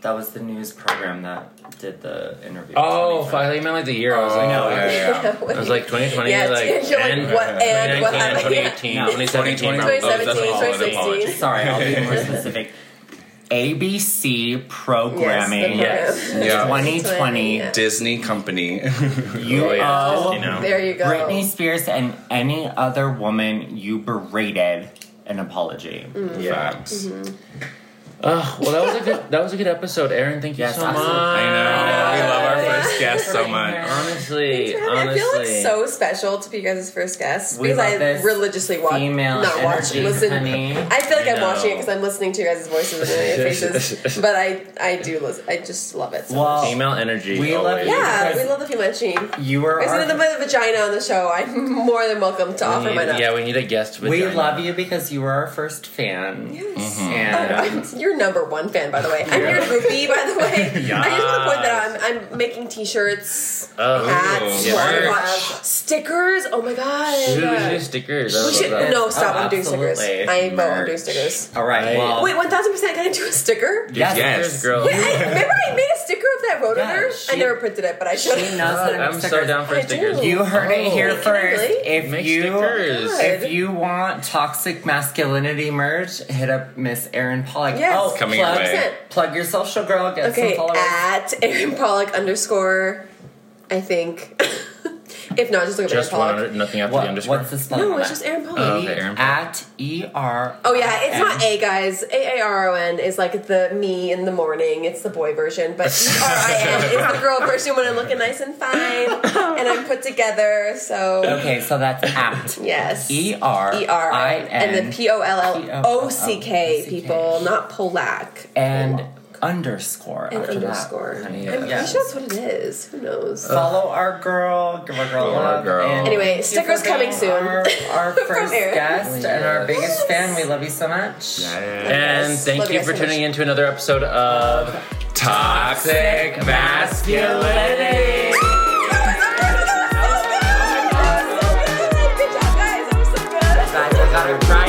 S2: That was the news program that did the interview.
S1: Oh,
S2: 2020.
S1: fuck, I thought you meant like the year. I was
S3: Oh,
S1: like,
S2: no,
S3: yeah, yeah.
S4: *laughs*
S1: I was like 2020,
S4: Yeah,
S1: like,
S4: *laughs* you're like,
S1: and,
S4: what- and what
S1: 2019,
S4: happened?
S1: 2018,
S2: No.
S1: 2017,
S4: 2017,
S1: Oh, that's an apology.
S4: 2016.
S2: Sorry, I'll be more specific. ABC programming
S1: Yes.
S4: *laughs*
S3: Yeah.
S2: 2020.
S4: Yeah.
S3: Disney
S1: *laughs*
S3: company.
S2: You
S1: Oh, yeah, it's
S2: owe
S1: Disney now.
S4: There you go.
S2: Britney Spears and any other woman you berated an apology.
S4: Mm.
S3: Facts.
S1: Ugh, well, that was a good that was a good episode, Aaron. Thank you
S2: Yes,
S1: so
S2: absolutely.
S1: much.
S3: I know. We love our
S2: Thank
S3: first guest so much.
S1: Honestly,
S4: *laughs* I
S1: honestly,
S4: feel like so special to be your guys' first guest
S2: We
S4: because
S2: love
S4: I
S2: this
S4: religiously watch,
S2: female
S4: not watch,
S2: energy,
S4: listen.
S2: honey.
S4: I feel like
S1: I
S4: I'm watching it
S1: know.
S4: because I'm listening to your guys' voices and
S1: *laughs*
S4: your faces, but I, I do, listen, I just love it. So
S2: Well,
S4: much.
S1: female energy.
S2: We love
S1: always.
S2: you.
S4: yeah,
S2: because-
S4: we love the female machine.
S2: You were
S4: Isn't it
S2: our,
S4: the vagina on the show? I'm more than welcome to
S2: Mm,
S4: offer
S1: We
S4: my
S1: need, yeah, we need a guest. With
S2: we love you because you were our first fan.
S4: Yes.
S2: And
S4: *laughs* I'm your number one fan, by the way. I'm your groupie, by the way. I just want to point that out. I'm, I'm making t-shirts,
S1: Oh,
S4: hats,
S1: yeah.
S4: whatever.
S2: Merch.
S4: stickers. Oh my god!
S1: Dude, we should do stickers. I
S4: We
S1: love
S4: should-
S1: that.
S4: no, stop.
S2: Oh,
S4: I'm doing stickers.
S2: absolutely. Um,
S4: I vote I'm doing
S3: Merch.
S4: stickers.
S2: all right,
S1: Right.
S2: well,
S4: Wait, one thousand percent. Can I do a sticker?
S2: yes,
S1: Stickers, girl.
S4: Wait, I, remember I made a sticker of that road
S2: Yeah,
S4: runner. I
S2: she-
S4: never printed it, but I should.
S2: she knows that
S1: I'm so
S2: stickers.
S1: down for
S4: I
S1: stickers.
S4: do.
S2: You heard it
S1: Oh.
S2: here
S1: Can I
S2: first.
S4: really?
S2: If
S1: Make
S2: you
S1: stickers.
S2: if you want toxic masculinity merch, hit up Miss Erin Pollock.
S4: Yes.
S2: oh,
S3: Coming
S2: plug,
S3: your way.
S2: plug your social girl. Get
S4: Okay,
S2: some followers.
S4: at Aaron Pollock underscore. I think. *laughs* if not, just look up
S1: Just
S4: Aaron Pollock.
S1: one, under- nothing after the
S2: What,
S1: underscore.
S2: what's the spelling?
S4: No,
S2: on Uh,
S4: it's
S2: that?
S4: just Aaron Pollock.
S1: Oh, okay, Aaron.
S2: at E R.
S4: Oh yeah, it's not A guys. A A R O N is like the me in the morning. It's the boy version, but E R I N is
S2: *laughs*
S4: the girl version when I'm looking nice and fine and I'm put together. So
S2: Okay, so that's at
S4: *laughs* yes,
S2: E R
S4: E R I N and then P O L
S2: P O L
S4: L
S2: L
S4: O C K
S2: O C K.
S4: people, not Polak.
S2: and underscore
S4: And
S2: after that,
S4: underscore.
S2: honey. Uh,
S4: I'm
S2: Yeah.
S4: pretty sure that's what it is. Who knows? *laughs*
S2: Follow our girl, give our girl
S1: Follow our
S2: love.
S1: girl.
S2: and
S4: Anyway,
S2: thank you
S4: stickers
S2: for
S4: coming
S2: being
S4: soon.
S2: Our, our
S4: *laughs* From
S2: first
S4: Erin.
S2: guest and our
S1: Yes.
S2: biggest fan. We love you so much.
S1: And
S4: Yes.
S1: thank
S4: Love you
S1: you
S4: guys
S1: for
S4: so
S1: tuning
S4: much.
S1: in to another episode of Toxic Masculinity.
S4: That was so good.
S2: Guys, I gotta cry.